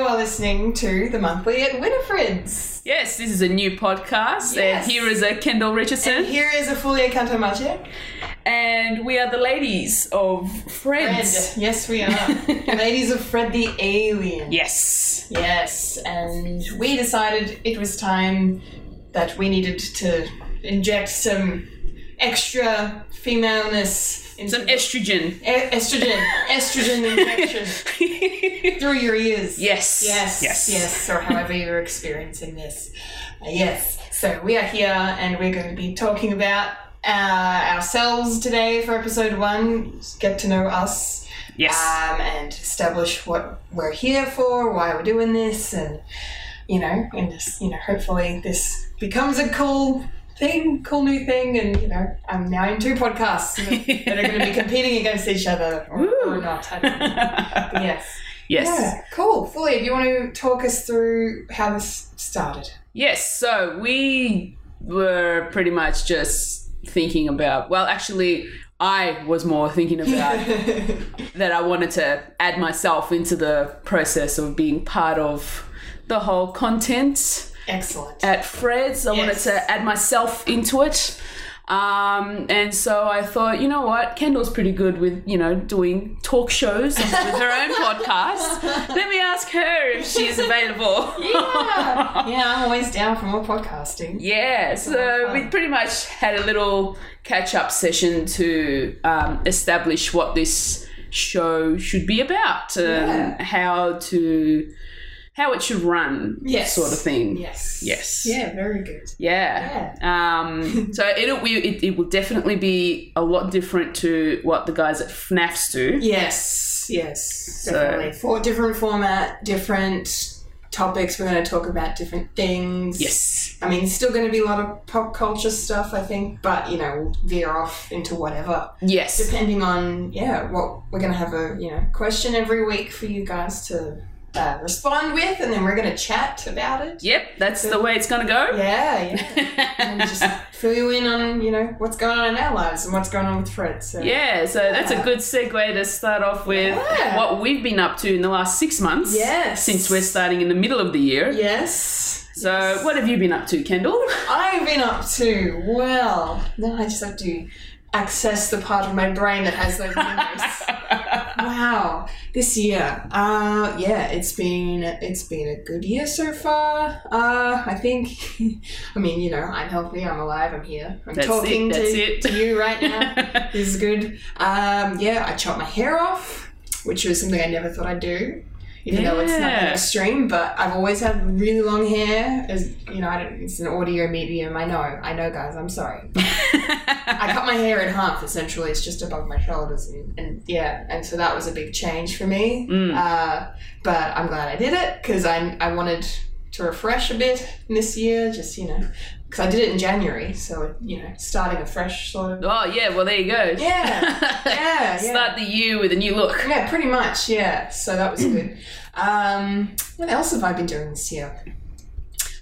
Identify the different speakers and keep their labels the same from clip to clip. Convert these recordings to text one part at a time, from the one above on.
Speaker 1: listening to the monthly at Winifred's.
Speaker 2: Yes, this is a new
Speaker 1: Yes.
Speaker 2: podcast. And here is a Kendall
Speaker 1: And
Speaker 2: Richardson.
Speaker 1: here is a Fulia Cantamace.
Speaker 2: and we are the ladies of
Speaker 1: Fred.
Speaker 2: Friends.
Speaker 1: Yes, we are. Ladies of Fred the Alien.
Speaker 2: Yes.
Speaker 1: Yes, and we decided it was time that we needed to inject some extra femaleness into
Speaker 2: Some estrogen.
Speaker 1: E- estrogen, estrogen injection through your ears.
Speaker 2: yes.
Speaker 1: Yes,
Speaker 2: Yes.
Speaker 1: yes, or however you're experiencing this. Uh, yes, so we are here and we're going to be talking about uh, ourselves today for episode one. Get to know us
Speaker 2: Yes.
Speaker 1: um, and establish what we're here for, why we're doing this, and you know, and this, you know, hopefully this becomes a cool thing, cool new thing, and you know, I'm now in two podcasts that are going to be competing against each other or, or not. I don't know. But yes.
Speaker 2: yes.
Speaker 1: Yeah, cool. Fully, do you want to talk us through how this started?
Speaker 2: Yes, so we were pretty much just thinking about, well, actually, I was more thinking about that I wanted to add myself into the process of being part of the whole content
Speaker 1: Excellent.
Speaker 2: at Fred's. I wanted
Speaker 1: Yes.
Speaker 2: to add myself into it. Um, and so I thought, you know what, Kendall's pretty good with, you know, doing talk shows with her own podcast. Let me ask her if she's available.
Speaker 1: yeah. yeah, I'm always down for more podcasting.
Speaker 2: Yeah, so we pretty much had a little catch up session to um, establish what this show should be about and
Speaker 1: Yeah.
Speaker 2: how to how it should run,
Speaker 1: Yes.
Speaker 2: sort of thing.
Speaker 1: Yes.
Speaker 2: Yes.
Speaker 1: Yeah, very good.
Speaker 2: Yeah. Um, so it'll be, it, it will definitely be a lot different to what the guys at FNAFs do.
Speaker 1: Yes, yes, definitely. For different format, different topics. We're going to talk about different things.
Speaker 2: Yes.
Speaker 1: I mean, still going to be a lot of pop culture stuff, I think, but you know, we'll veer off into whatever.
Speaker 2: Yes.
Speaker 1: depending on yeah what we're gonna have a you know question every week for you guys to uh, respond with and then we're gonna chat about it
Speaker 2: Yep, that's the way it's going to go.
Speaker 1: yeah yeah and just fill you in on you know what's going on in our lives and what's going on with fred so
Speaker 2: Yeah, so that's a good segue to start off with
Speaker 1: Yeah.
Speaker 2: what we've been up to in the last six months.
Speaker 1: Yes.
Speaker 2: Since we're starting in the middle of the year.
Speaker 1: yes
Speaker 2: So, what have you been up to, Kendall?
Speaker 1: i've been up to well now i just have to access the part of my brain that has those memories Wow, this year, uh, yeah, it's been it's been a good year so far. Uh, I think, I mean, you know, I'm healthy, I'm alive, I'm here, I'm
Speaker 2: That's it,
Speaker 1: talking to,
Speaker 2: that's it.
Speaker 1: to you right now. this is good. Um, yeah, I chopped my hair off, which was something I never thought I'd do. Even though it's nothing
Speaker 2: Yeah.
Speaker 1: extreme, but I've always had really long hair. As you know, I don't, it's an audio medium. I know, I know, guys. I'm sorry. I cut my hair in half essentially. It's just above my shoulders, and, and yeah, and so that was a big change for me.
Speaker 2: Mm.
Speaker 1: Uh, but I'm glad I did it because I I wanted to refresh a bit this year, just you know, because I did it in January, so you know, starting afresh sort of.
Speaker 2: oh, yeah, well, there you go.
Speaker 1: Yeah, yeah, yeah.
Speaker 2: Start the year with a new look.
Speaker 1: Yeah, pretty much. Yeah, so that was good. Um, what else have I been doing this year?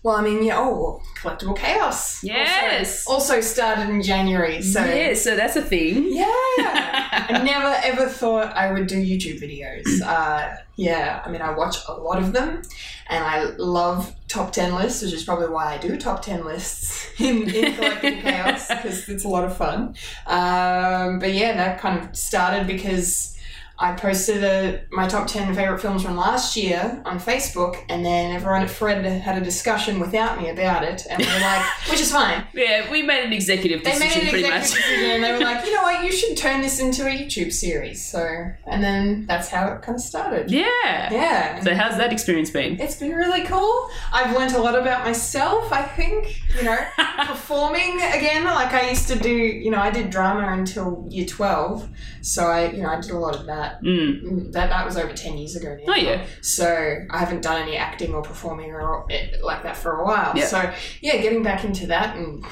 Speaker 1: Well, I mean, yeah. Oh, collectible chaos.
Speaker 2: Yes.
Speaker 1: Also, also started in January, so
Speaker 2: Yeah, so that's a thing.
Speaker 1: yeah. I never ever thought I would do YouTube videos. Uh, yeah, I mean, I watch a lot of them and I love top 10 lists, which is probably why I do top 10 lists in, in Collecting Chaos because it's a lot of fun. Um, but yeah, that kind of started because. I posted a, my top 10 favorite films from last year on Facebook, and then everyone at Fred had a discussion without me about it. And we were like, which is fine.
Speaker 2: Yeah, we made an executive
Speaker 1: They
Speaker 2: decision
Speaker 1: made an
Speaker 2: pretty
Speaker 1: executive
Speaker 2: much.
Speaker 1: decision and they were like, you know what, you should turn this into a YouTube series. So, and then that's how it kind of started.
Speaker 2: yeah.
Speaker 1: Yeah. and
Speaker 2: So, how's that experience been?
Speaker 1: It's been really cool. I've learned a lot about myself, I think. You know, performing again, like I used to do, you know, I did drama until year 12. So I, you know, I did a lot of that.
Speaker 2: Mm.
Speaker 1: Mm, That, that was over 10 years ago now.
Speaker 2: Oh, yeah.
Speaker 1: So I haven't done any acting or performing or it, like that for a while.
Speaker 2: Yeah.
Speaker 1: So yeah, getting back into that and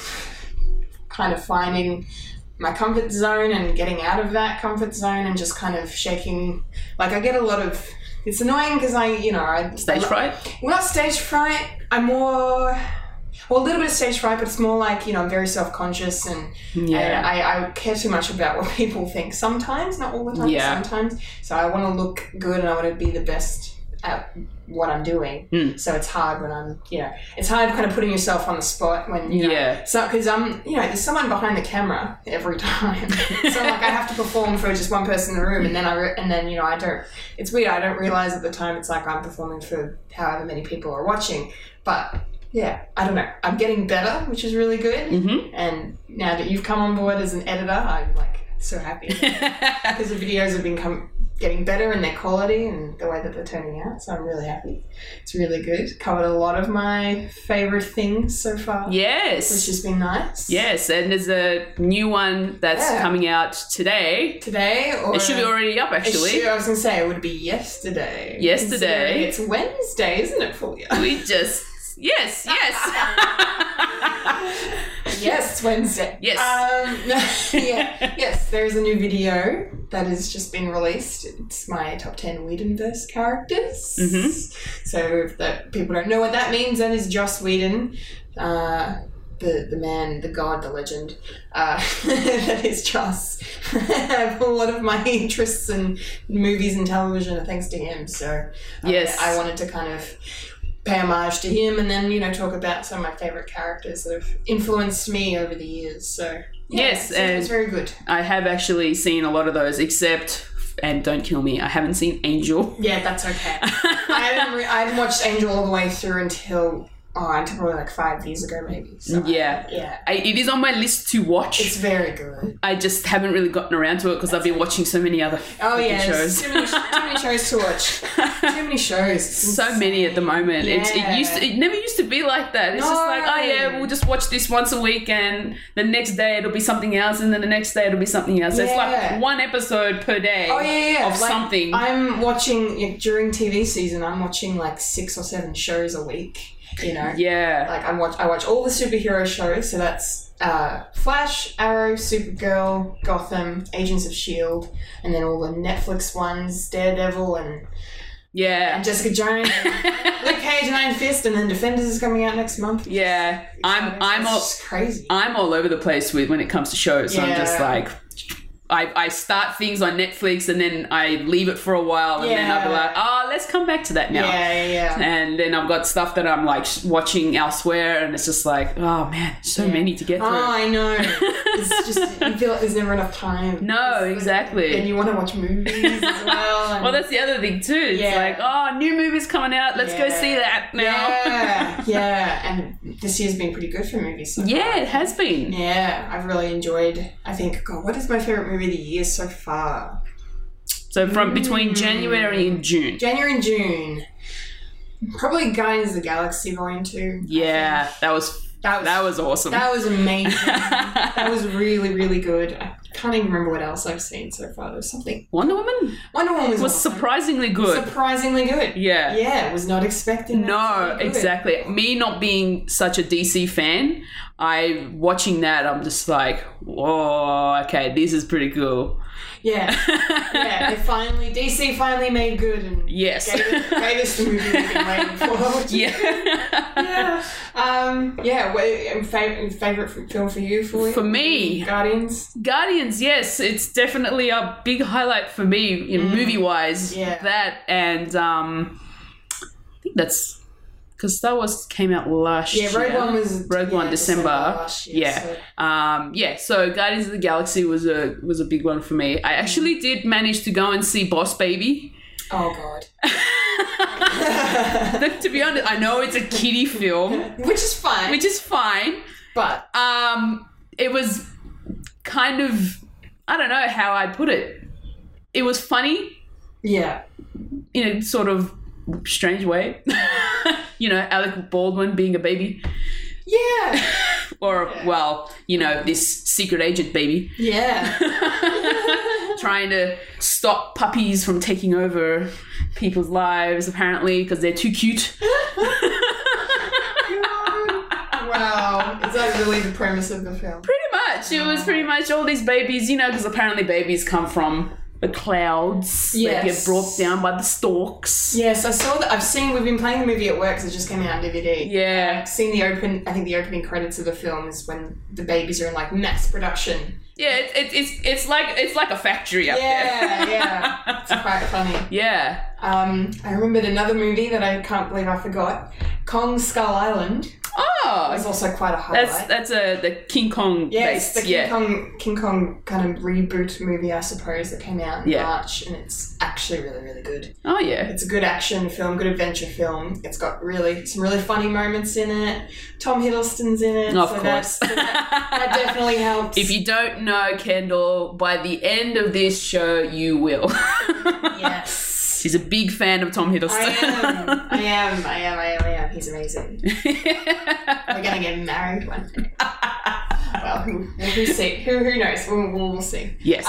Speaker 1: kind of finding my comfort zone and getting out of that comfort zone and just kind of shaking. Like I get a lot of. It's annoying because I, you know, I
Speaker 2: Stage fright?
Speaker 1: Well, not stage fright. I'm more. Well, a little bit of stage fright, but it's more like you know I'm very self conscious and, and I, I care too much about what people think. Sometimes, not all the time.
Speaker 2: Yeah.
Speaker 1: Sometimes, so I want to look good and I want to be the best at what I'm doing.
Speaker 2: Mm.
Speaker 1: So it's hard when I'm, you know, it's hard kind of putting yourself on the spot when, you know,
Speaker 2: Yeah.
Speaker 1: so because I'm, you know, there's someone behind the camera every time. so like I have to perform for just one person in the room, and then I re- and then you know I don't. It's weird. I don't realize at the time it's like I'm performing for however many people are watching, but. Yeah, I don't know. I'm getting better, which is really good.
Speaker 2: Mhm.
Speaker 1: And now that you've come on board as an editor, I'm like so happy because the videos have been com- getting better in their quality and the way that they're turning out. So I'm really happy. It's really good. Covered a lot of my favorite things so far, which
Speaker 2: yes.
Speaker 1: has been nice.
Speaker 2: Yes, and there's a new one that's
Speaker 1: Yeah.
Speaker 2: coming out today.
Speaker 1: Today or
Speaker 2: It should be already up,
Speaker 1: It
Speaker 2: actually.
Speaker 1: should- I was gonna say it would be yesterday. Considering
Speaker 2: Yesterday.
Speaker 1: It's Wednesday, isn't it, Fulia?
Speaker 2: We just. Yes, yes.
Speaker 1: yes, it's Wednesday.
Speaker 2: Yes.
Speaker 1: Um, yeah. Yes, there is a new video that has just been released. It's my top 10 Whedonverse characters. So if that people don't know what that means, that is Joss Whedon. Uh, the, the man, the god, the legend. Uh, that is Joss. I have a lot of my interests in movies and television are thanks to him. So uh,
Speaker 2: Yes.
Speaker 1: I wanted to kind of pay homage to him and then you know talk about some of my favorite characters that have influenced me over the years so yeah,
Speaker 2: Yes,
Speaker 1: it's, it's
Speaker 2: and-
Speaker 1: very good
Speaker 2: I have actually seen a lot of those, except, and don't kill me, I haven't seen Angel.
Speaker 1: yeah that's okay i haven't re- i haven't watched angel all the way through until oh, until probably like five years ago maybe so
Speaker 2: Yeah.
Speaker 1: yeah
Speaker 2: I, it is on my list to watch.
Speaker 1: it's very good
Speaker 2: I just haven't really gotten around to it because I've been watching so many other
Speaker 1: oh
Speaker 2: freaking
Speaker 1: yeah
Speaker 2: shows.
Speaker 1: shows. Too, many, sh- too many shows to watch too many shows
Speaker 2: so many at the moment. It's, it used to,
Speaker 1: Yeah.
Speaker 2: it never used to be like that. It's just like, oh yeah,
Speaker 1: No.
Speaker 2: we'll just watch this once a week, and the next day it'll be something else, and then the next day it'll be something else. It's
Speaker 1: Yeah.
Speaker 2: like one episode per day
Speaker 1: Oh yeah, yeah.
Speaker 2: of
Speaker 1: like,
Speaker 2: something.
Speaker 1: I'm watching yeah, during TV season. I'm watching like six or seven shows a week. You know,
Speaker 2: yeah,
Speaker 1: like I watch I watch all the superhero shows, so that's uh, Flash, Arrow, Supergirl, Gotham, Agents of Shield, E and then all the Netflix ones, Daredevil and,
Speaker 2: yeah,
Speaker 1: and Jessica Jones, and Luke Cage and Iron Fist, and then Defenders is coming out next month.
Speaker 2: yeah. I'm I'm
Speaker 1: It's
Speaker 2: all
Speaker 1: just crazy.
Speaker 2: I'm all over the place with when it comes to shows. So I'm just
Speaker 1: Yeah.
Speaker 2: like. I, I start things on Netflix and then I leave it for a while and then I'll be
Speaker 1: Yeah.
Speaker 2: like, oh, let's come back to that now.
Speaker 1: yeah, yeah, yeah.
Speaker 2: and then I've got stuff that I'm like sh- watching elsewhere, and it's just like, oh man, so many to get through.
Speaker 1: Oh, I know. it's just you feel like there's never enough time.
Speaker 2: no,
Speaker 1: And
Speaker 2: exactly.
Speaker 1: you want to watch movies as well. and-
Speaker 2: Well, that's the other thing too. It's
Speaker 1: Yeah.
Speaker 2: like, oh, new movie's coming out. Let's go
Speaker 1: Yeah.
Speaker 2: see that now.
Speaker 1: Yeah, yeah. And this year's been pretty good for movies. So
Speaker 2: Yeah,
Speaker 1: far.
Speaker 2: it has been.
Speaker 1: Yeah, I've really enjoyed. I think, God, what is my favorite movie of the year so far?
Speaker 2: So from between January and June.
Speaker 1: January and June. Probably Guardians of the Galaxy Volume Two.
Speaker 2: Yeah, that was
Speaker 1: That was
Speaker 2: that was awesome.
Speaker 1: that was amazing. that was really really good. I can't even remember what else I've seen so far. There was something.
Speaker 2: Wonder Woman
Speaker 1: Wonder Woman was,
Speaker 2: was
Speaker 1: awesome.
Speaker 2: surprisingly good.
Speaker 1: surprisingly good.
Speaker 2: Yeah.
Speaker 1: Yeah, was not expecting. that to
Speaker 2: No,
Speaker 1: be good.
Speaker 2: exactly. Me not being such a DC fan, I watching that, I'm just like, whoa, okay, this is pretty cool.
Speaker 1: Yeah, yeah. They finally DC finally made good and
Speaker 2: Yes.
Speaker 1: gave, it, gave us the movie we've been waiting for.
Speaker 2: yeah.
Speaker 1: yeah. Um, yeah. What, and favorite favorite f- film for you? For,
Speaker 2: For me,
Speaker 1: Guardians.
Speaker 2: Guardians, yes, it's definitely a big highlight for me, you know, movie wise.
Speaker 1: Mm. Yeah.
Speaker 2: That and um, I think that's because Star Wars came out last
Speaker 1: Yeah,
Speaker 2: year.
Speaker 1: Rogue One was
Speaker 2: Rogue One,
Speaker 1: yeah,
Speaker 2: December.
Speaker 1: last year,
Speaker 2: yeah.
Speaker 1: so-
Speaker 2: Um, yeah, so Guardians of the Galaxy was a was a big one for me. I actually did manage to go and see Boss Baby.
Speaker 1: Oh God.
Speaker 2: But to be honest, I know it's a kiddie film,
Speaker 1: Which is fine,
Speaker 2: which is fine.
Speaker 1: but
Speaker 2: Um, it was kind of I don't know how I'd put it. It was funny
Speaker 1: yeah,
Speaker 2: in a sort of strange way. you know, Alec Baldwin being a baby,
Speaker 1: yeah,
Speaker 2: or well, you know, this secret agent baby
Speaker 1: yeah.
Speaker 2: trying to stop puppies from taking over people's lives apparently because they're too cute.
Speaker 1: wow, is that really the premise of the film?
Speaker 2: Pretty much, it was pretty much all these babies, you know, because apparently babies come from the clouds.
Speaker 1: Yes.
Speaker 2: They get brought down by the stalks.
Speaker 1: Yes, I saw that. I've seen. We've been playing the movie at work because it just came out on DVD.
Speaker 2: Yeah.
Speaker 1: Seeing the open, I think the opening credits of the film is when the babies are in like mass production.
Speaker 2: Yeah, it, it, it's it's like it's like a factory up there.
Speaker 1: Yeah, yeah, it's quite funny.
Speaker 2: Yeah.
Speaker 1: Um, I remembered another movie that I can't believe I forgot. Kong Skull Island was
Speaker 2: Oh,
Speaker 1: also quite a highlight.
Speaker 2: that's that's a the King Kong
Speaker 1: yes,
Speaker 2: base.
Speaker 1: the King
Speaker 2: yeah.
Speaker 1: Kong King Kong kind of reboot movie, I suppose, that came out in
Speaker 2: Yeah.
Speaker 1: March, and it's actually really, really good.
Speaker 2: Oh yeah.
Speaker 1: It's a good action film, good adventure film. It's got really some really funny moments in it. Tom Hiddleston's in it.
Speaker 2: Of
Speaker 1: so
Speaker 2: course.
Speaker 1: that's- that definitely helps.
Speaker 2: If you don't know Kendall, by the end of this show, you will.
Speaker 1: yes.
Speaker 2: She's a big fan of Tom
Speaker 1: I am.
Speaker 2: Hiddleston.
Speaker 1: I am. I am. I am. I am. He's amazing. We're gonna get married one day. well, who, who see? Who who knows? We'll, we'll, we'll see.
Speaker 2: yes.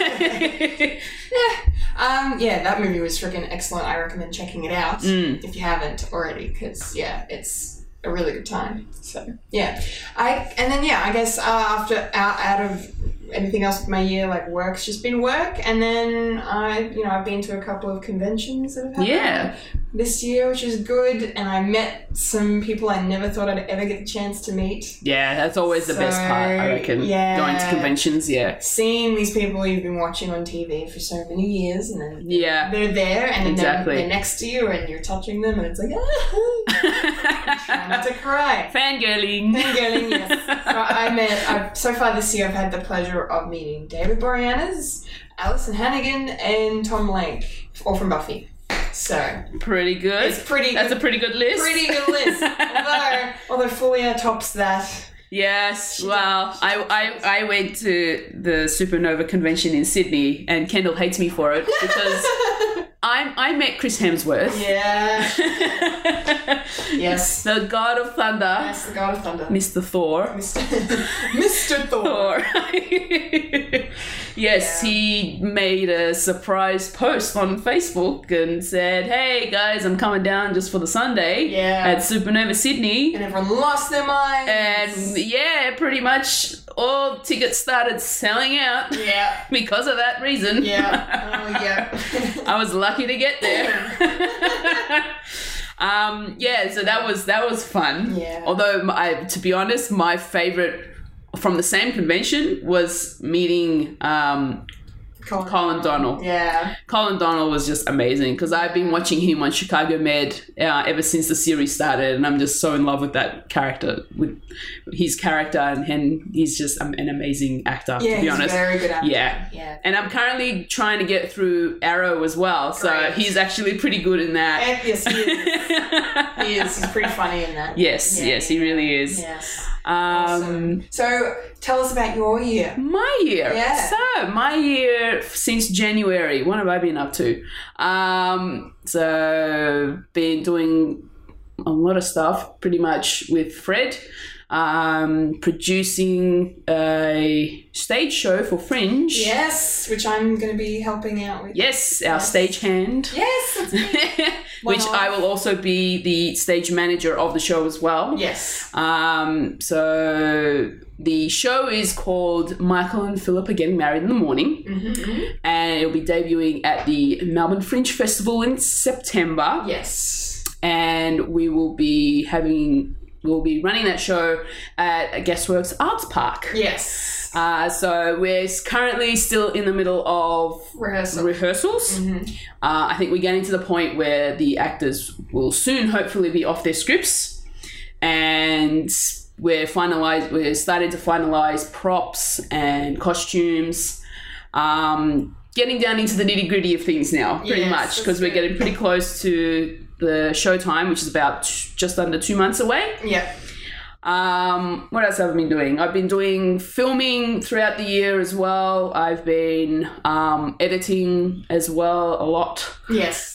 Speaker 1: Uh-huh. Um, yeah, that movie was freaking excellent. I recommend checking it out
Speaker 2: Mm.
Speaker 1: if you haven't already, because yeah, it's a really good time. So yeah, I and then yeah, I guess uh, after out out of anything else with my year, like work's just been work, and then I you know I've been to a couple of conventions that have happened
Speaker 2: yeah.
Speaker 1: this year, which is good, and I met some people I never thought I'd ever get the chance to meet.
Speaker 2: Yeah, that's always the best part, I
Speaker 1: So,
Speaker 2: reckon.
Speaker 1: yeah.
Speaker 2: Going to conventions, yeah.
Speaker 1: Seeing these people you've been watching on TV for so many years, and then
Speaker 2: Yeah.
Speaker 1: they're there and then
Speaker 2: Exactly.
Speaker 1: they're next to you and you're touching them and it's like ah, trying not to cry.
Speaker 2: Fangirling.
Speaker 1: Fangirling, yes. So I met I've, so far this year I've had the pleasure of meeting David Boreanaz, Alison Hannigan, and Tom Lake, all from Buffy. So
Speaker 2: Pretty good.
Speaker 1: it's pretty
Speaker 2: that's a pretty good list.
Speaker 1: pretty good list. although although Fulia tops that.
Speaker 2: Yes, well, I, I I went to the Supernova convention in Sydney, and Kendall hates me for it because I I met Chris Hemsworth,
Speaker 1: Yeah. Yes.
Speaker 2: the God of Thunder,
Speaker 1: That's the God of Thunder.
Speaker 2: Mr. Thor.
Speaker 1: Mr. Mr. Thor.
Speaker 2: Thor. yes,
Speaker 1: Yeah.
Speaker 2: he made a surprise post on Facebook and said, "Hey guys, I'm coming down just for the Sunday
Speaker 1: Yeah.
Speaker 2: at Supernova Sydney."
Speaker 1: And everyone lost their minds.
Speaker 2: And yeah, pretty much all tickets started selling out
Speaker 1: yeah.
Speaker 2: because of that reason.
Speaker 1: Yeah. Oh, yeah.
Speaker 2: I was lucky to get there. um, yeah, so that was that was fun.
Speaker 1: Yeah.
Speaker 2: Although I, to be honest, my favorite from the same convention was meeting um,
Speaker 1: Colin.
Speaker 2: Colin Donnell.
Speaker 1: Yeah.
Speaker 2: Colin Donnell was just amazing because I've been watching him on Chicago Med uh, ever since the series started, and I'm just so in love with that character, with his character, and, and he's just um, an amazing actor.
Speaker 1: Yeah,
Speaker 2: to be
Speaker 1: he's
Speaker 2: honest,
Speaker 1: very good at
Speaker 2: yeah.
Speaker 1: Yeah.
Speaker 2: And I'm currently trying to get through Arrow as well, so
Speaker 1: Great.
Speaker 2: he's actually pretty good in that.
Speaker 1: And yes, he is. he is. He's pretty funny in that.
Speaker 2: yes,
Speaker 1: Yeah,
Speaker 2: yes,
Speaker 1: yeah,
Speaker 2: he really is.
Speaker 1: Yes.
Speaker 2: Um,
Speaker 1: Awesome. so tell us about your year.
Speaker 2: My year.
Speaker 1: Yeah.
Speaker 2: So my year since January. What have I been up to? Um, so been doing a lot of stuff, pretty much with Fred. Um, producing a stage show for Fringe.
Speaker 1: Yes, which I'm going to be helping out with.
Speaker 2: Yes, our stagehand.
Speaker 1: Yes. That's me.
Speaker 2: Which I will also be the stage manager of the show as well.
Speaker 1: yes.
Speaker 2: Um, so the show is called Michael and Philip are getting married in the morning, and it'll be debuting at the Melbourne Fringe Festival in September.
Speaker 1: Yes.
Speaker 2: And we will be having we'll be running that show at Guestworks Arts Park.
Speaker 1: Yes.
Speaker 2: Uh, so we're currently still in the middle of
Speaker 1: Rehearsal. Mm-hmm.
Speaker 2: rehearsals. Uh, I think we're getting to the point where the actors will soon, hopefully, be off their scripts, and we're finalized. We're starting to finalize props and costumes. Um, getting down into the nitty gritty of things now, pretty
Speaker 1: Yes,
Speaker 2: much,
Speaker 1: that's
Speaker 2: because we're
Speaker 1: good.
Speaker 2: getting pretty close to the show time, which is about t- just under two months away.
Speaker 1: yep.
Speaker 2: Um, what else have I been doing? I've been doing filming throughout the year as well. I've been um, editing as well a lot.
Speaker 1: Yes.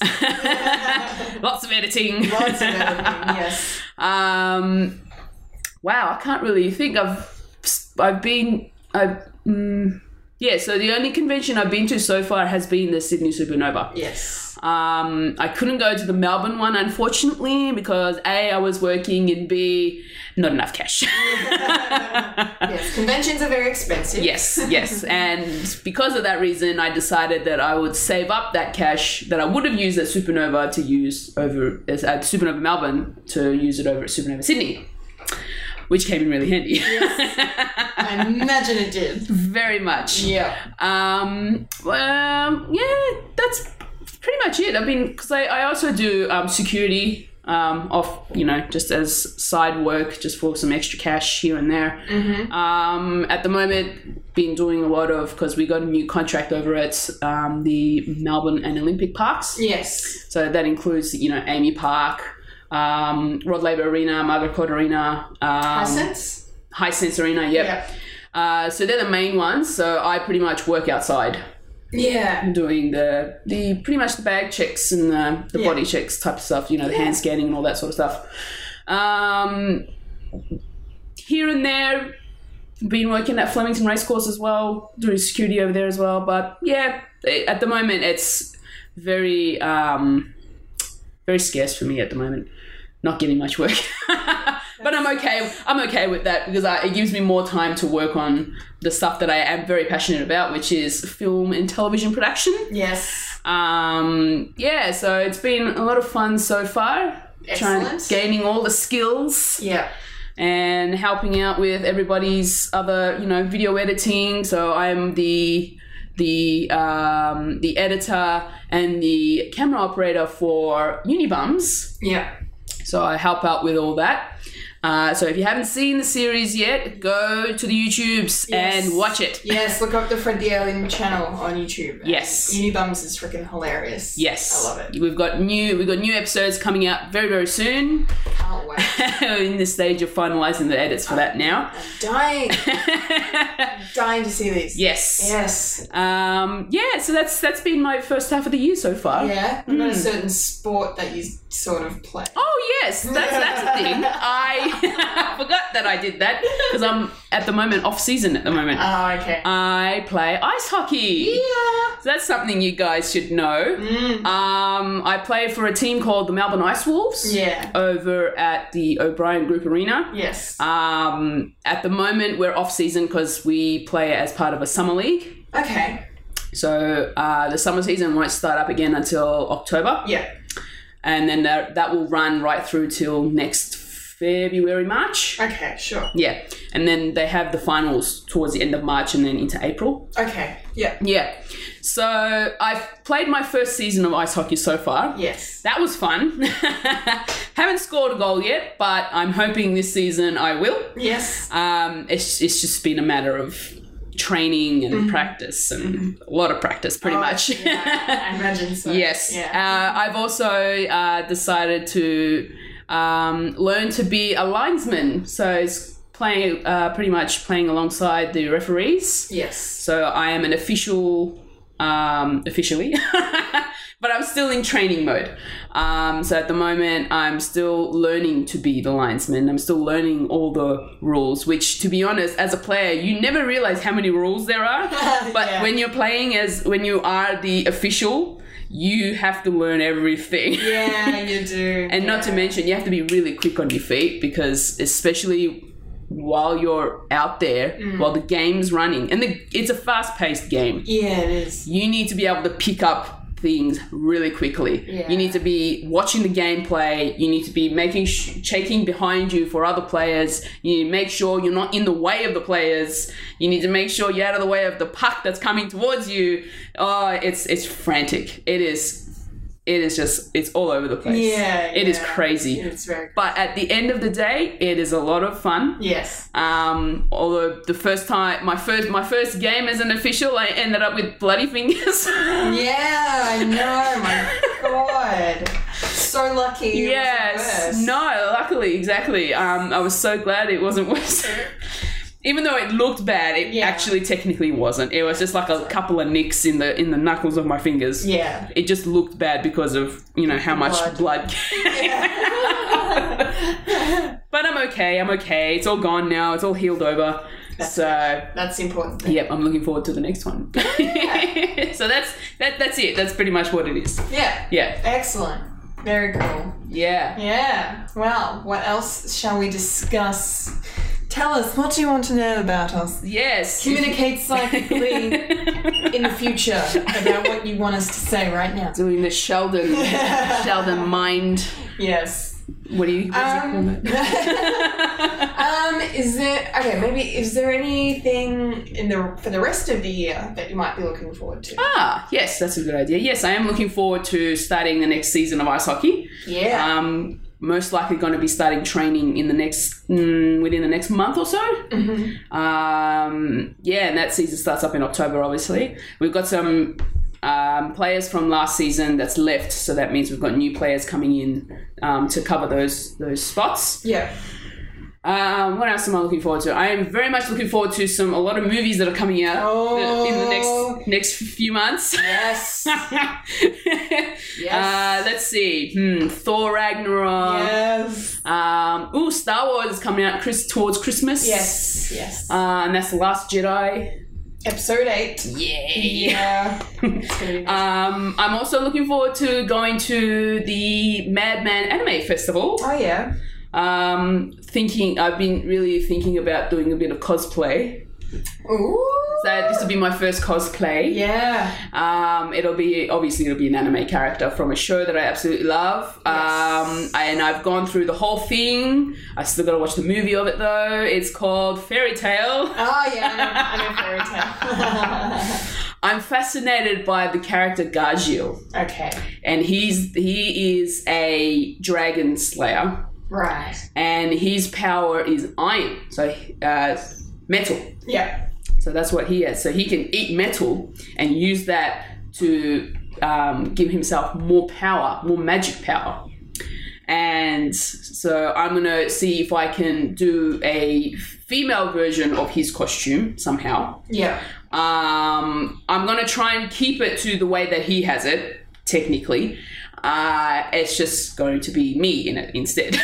Speaker 2: Lots of editing.
Speaker 1: Lots of everything. Yes.
Speaker 2: um, wow, I can't really think. I've I've been I mm, yeah. So the only convention I've been to so far has been the Sydney Supernova.
Speaker 1: Yes.
Speaker 2: Um, I couldn't go to the Melbourne one, unfortunately, because A, I was working, and B, not enough cash.
Speaker 1: Yes. Conventions are very expensive.
Speaker 2: yes, yes. And because of that reason, I decided that I would save up that cash that I would have used at Supernova to use over at Supernova Melbourne to use it over at Supernova Sydney. Which came in really handy,
Speaker 1: I imagine it did.
Speaker 2: very much.
Speaker 1: Yeah.
Speaker 2: Um, well, yeah, that's pretty much it. I've been because I, I also do um, security um, off, you know, just as side work, just for some extra cash here and there.
Speaker 1: Mm-hmm.
Speaker 2: Um, at the moment, been doing a lot of because we got a new contract over at um, the Melbourne and Olympic parks.
Speaker 1: Yes.
Speaker 2: So that includes, you know, Amy Park, um, Rod Labour Arena, Margaret Court Arena, um,
Speaker 1: Sense.
Speaker 2: Hisense Arena. Yep.
Speaker 1: Yeah.
Speaker 2: Uh, so they're the main ones. So I pretty much work outside
Speaker 1: Yeah.
Speaker 2: doing the the pretty much the bag checks and the, the
Speaker 1: Yeah.
Speaker 2: body checks type of stuff you know the hand scanning and all that sort of stuff um here and there been working at flemington racecourse as well doing security over there as well but yeah it- at the moment it's very um very scarce for me at the moment not getting much work but i'm okay i'm okay with that because I, it gives me more time to work on the stuff that i am very passionate about which is film and television production
Speaker 1: Yes.
Speaker 2: um, yeah, so it's been a lot of fun so far. Trying,
Speaker 1: Excellent.
Speaker 2: gaining all the skills
Speaker 1: Yeah.
Speaker 2: and helping out with everybody's other, you know, video editing. So I'm the the um, the editor and the camera operator for Unibums.
Speaker 1: Yeah.
Speaker 2: So I help out with all that. Uh, so if you haven't seen the series yet, go to the YouTubes
Speaker 1: Yes.
Speaker 2: and watch it.
Speaker 1: Yes. Look up the Fred the Alien channel on YouTube.
Speaker 2: Yes.
Speaker 1: Unibums is freaking hilarious.
Speaker 2: Yes,
Speaker 1: I love it.
Speaker 2: We've got new we've got new episodes coming out very very soon.
Speaker 1: Can't wait.
Speaker 2: in the stage of finalizing the edits for that now.
Speaker 1: I'm dying, dying to see these.
Speaker 2: yes.
Speaker 1: Yes.
Speaker 2: Um, yeah. So that's that's been my first half of the year so far.
Speaker 1: Yeah. What about a certain sport that you sort of play?
Speaker 2: Hmm. Oh yes, that's that's a thing. I forgot that I did that because I'm at the moment off season at the moment.
Speaker 1: Oh, okay.
Speaker 2: I play ice hockey.
Speaker 1: yeah. Mm.
Speaker 2: So that's something you guys should know. Um, I play for a team called the Melbourne Ice Wolves
Speaker 1: Yeah.
Speaker 2: over at the O'Brien Group Arena.
Speaker 1: Yes.
Speaker 2: Um, at the moment, we're off season because we play as part of a summer league.
Speaker 1: okay.
Speaker 2: So uh, the summer season won't start up again until October,
Speaker 1: Yeah.
Speaker 2: and then that, that will run right through till next February, March.
Speaker 1: Okay. Sure.
Speaker 2: Yeah, and then they have the finals towards the end of March and then into April.
Speaker 1: Okay. Yeah.
Speaker 2: Yeah, so I've played my first season of ice hockey so far.
Speaker 1: Yes.
Speaker 2: That was fun. Haven't scored a goal yet, but I'm hoping this season I will.
Speaker 1: Yes.
Speaker 2: Um, it's, it's just been a matter of training and
Speaker 1: Mm-hmm.
Speaker 2: practice and a lot of practice, pretty much.
Speaker 1: Oh, yeah, I imagine so.
Speaker 2: Yes.
Speaker 1: Yeah.
Speaker 2: Uh, I've also uh, decided to um, learn to be a linesman. So it's playing, uh, pretty much playing alongside the referees.
Speaker 1: yes.
Speaker 2: So I am an official, um, officially, but I'm still in training mode. Um, so at the moment, I'm still learning to be the linesman. I'm still learning all the rules, which, to be honest, as a player, you never realize how many rules there are. But
Speaker 1: Yeah.
Speaker 2: when you're playing as, when you are the official, you have to learn everything.
Speaker 1: Yeah, you do.
Speaker 2: And not to mention, you have to be really quick on your feet because, especially while you're out there, while the game's running, and the, it's a fast paced game,
Speaker 1: Yeah, it is.
Speaker 2: you need to be able to pick up things really quickly.
Speaker 1: Yeah.
Speaker 2: You need to be watching the gameplay, you need to be making sh- checking behind you for other players, you need to make sure you're not in the way of the players, you need to make sure you're out of the way of the puck that's coming towards you. Oh, it's it's frantic. It is it is just it's all over the place.
Speaker 1: Yeah.
Speaker 2: It is
Speaker 1: yeah.
Speaker 2: crazy.
Speaker 1: It's very.
Speaker 2: But at the end of the day, it is a lot of fun.
Speaker 1: Yes.
Speaker 2: Um, although the first time, my first my first game as an official, I ended up with bloody fingers.
Speaker 1: Yeah, I know. My God, so lucky. it wasn't
Speaker 2: yes.
Speaker 1: worse.
Speaker 2: No. Luckily, exactly. Um, I was so glad it wasn't worse. Even though it looked bad, it
Speaker 1: Yeah.
Speaker 2: actually technically wasn't. It was just like a couple of nicks in the in the knuckles of my fingers.
Speaker 1: Yeah.
Speaker 2: It just looked bad because of you know how much
Speaker 1: Blood.
Speaker 2: blood. came. but I'm okay. I'm okay. It's all gone now. It's all healed over. so.
Speaker 1: That's the important. Thing.
Speaker 2: Yep, I'm looking forward to the next one. so that's that. That's it. That's pretty much what it is.
Speaker 1: Yeah.
Speaker 2: Yeah,
Speaker 1: Excellent. Very cool.
Speaker 2: yeah.
Speaker 1: Yeah. Well, what else shall we discuss? Tell us what you want to know about us.
Speaker 2: Yes.
Speaker 1: Communicate psychically in the future about what you want us to say right now.
Speaker 2: Doing the Sheldon, Sheldon mind.
Speaker 1: Yes.
Speaker 2: What do you, what
Speaker 1: Um,
Speaker 2: do you call it?
Speaker 1: Um, is there okay? Maybe is there anything in the for the rest of the year that you might be looking forward to?
Speaker 2: ah, yes, that's a good idea. Yes, I am looking forward to starting the next season of ice hockey.
Speaker 1: Yeah.
Speaker 2: Um, most likely going to be starting training in the next mm, within the next month or so.
Speaker 1: Mhm.
Speaker 2: Um, yeah, and that season starts up in October. Obviously, we've got some um, players from last season that's left, so that means we've got new players coming in um, to cover those those spots.
Speaker 1: Yeah.
Speaker 2: Um, what else am I looking forward to? I am very much looking forward to some a lot of movies that are coming out
Speaker 1: Oh.
Speaker 2: in the next next few months.
Speaker 1: Yes.
Speaker 2: Uh,
Speaker 1: yes.
Speaker 2: let's see. Hmm, Thor Ragnarok.
Speaker 1: yes.
Speaker 2: Um, ooh, Star Wars is coming out Chris, towards Christmas.
Speaker 1: Yes. Yes.
Speaker 2: Uh, and that's The Last Jedi.
Speaker 1: Episode eight.
Speaker 2: Yay.
Speaker 1: Yeah. It's gonna be nice.
Speaker 2: Um, I'm also looking forward to going to the Madman Anime Festival.
Speaker 1: oh yeah.
Speaker 2: Um, thinking I've been really thinking about doing a bit of cosplay.
Speaker 1: Ooh.
Speaker 2: So this will be my first cosplay.
Speaker 1: yeah.
Speaker 2: Um, it'll be obviously it'll be an anime character from a show that I absolutely love. Um, and I've gone through the whole thing. I still got to watch the movie of it though. It's called Fairy Tale.
Speaker 1: Oh yeah. I know, I know fairy
Speaker 2: I'm fascinated by the character Gargiel,
Speaker 1: tale. okay.
Speaker 2: and he's he is a dragon slayer,
Speaker 1: Right.
Speaker 2: and his power is iron, so uh, metal.
Speaker 1: Yeah.
Speaker 2: So that's what he is. So he can eat metal and use that to um, give himself more power, more magic power. And so I'm gonna see if I can do a female version of his costume somehow.
Speaker 1: Yeah.
Speaker 2: Um, I'm gonna try and keep it to the way that he has it, technically. Uh, it's just going to be me in it instead.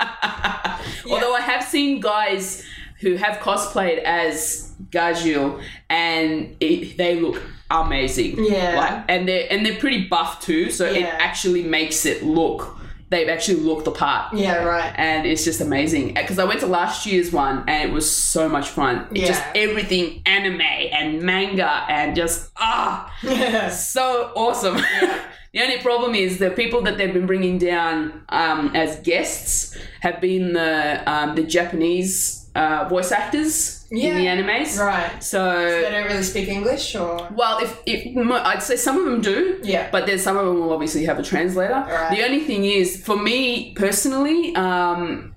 Speaker 2: Although I have seen guys who have cosplayed as Gajil and it, they look amazing.
Speaker 1: Yeah.
Speaker 2: Like, and they're and they're pretty buff too, so it
Speaker 1: Yeah.
Speaker 2: actually makes it look they actually look the part
Speaker 1: Yeah. Right.
Speaker 2: and it's just amazing because I went to last year's one and it was so much fun. It
Speaker 1: Yeah.
Speaker 2: Just everything anime and manga and just ah,
Speaker 1: Yes.
Speaker 2: so awesome. the only problem is the people that they've been bringing down um, as guests have been the um, the Japanese uh, voice actors in the
Speaker 1: Yeah.
Speaker 2: animes.
Speaker 1: Right.
Speaker 2: So.
Speaker 1: They don't really speak English, or
Speaker 2: well, if, if mo- I'd say some of them do,
Speaker 1: Yeah.
Speaker 2: But there's some of them will obviously have a translator.
Speaker 1: Right.
Speaker 2: The only thing is, for me personally, um,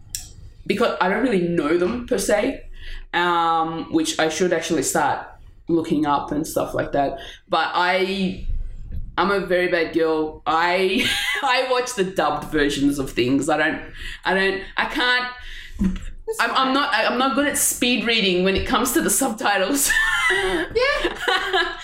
Speaker 2: because I don't really know them per se, um, which I should actually start looking up and stuff like that. But I, I'm a very bad girl. I I watch the dubbed versions of things. I don't. I don't. I can't. I'm, I'm not. I'm not good at speed reading when it comes to the subtitles. yeah.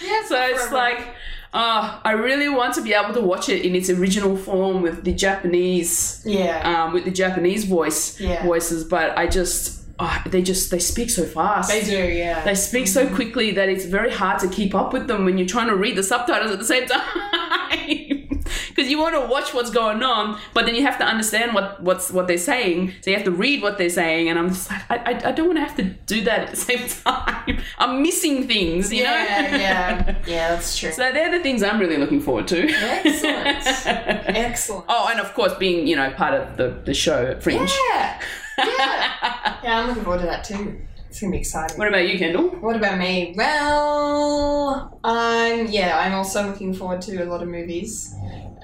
Speaker 1: Yeah,
Speaker 2: So
Speaker 1: it's
Speaker 2: it's
Speaker 1: forever.
Speaker 2: like, oh, I really want to be able to watch it in its original form with the Japanese,
Speaker 1: yeah.
Speaker 2: um, with the Japanese voice
Speaker 1: Yeah.
Speaker 2: voices. But I just, oh, they just they speak so fast.
Speaker 1: they do. Yeah.
Speaker 2: They speak so quickly that it's very hard to keep up with them when you're trying to read the subtitles at the same time. Because you want to watch what's going on, but then you have to understand what, what's what they're saying. So you have to read what they're saying, and I'm just like, I, I, I don't want to have to do that at the same time. I'm missing things, you know.
Speaker 1: yeah, yeah, yeah. That's true.
Speaker 2: So they're the things I'm really looking forward to.
Speaker 1: Excellent. Excellent.
Speaker 2: oh, and of course, being you know part of the the show at Fringe.
Speaker 1: Yeah, yeah, yeah. I'm looking forward to that too. It's gonna be exciting.
Speaker 2: What about you, Kendall?
Speaker 1: What about me? Well, I'm yeah. I'm also looking forward to a lot of movies.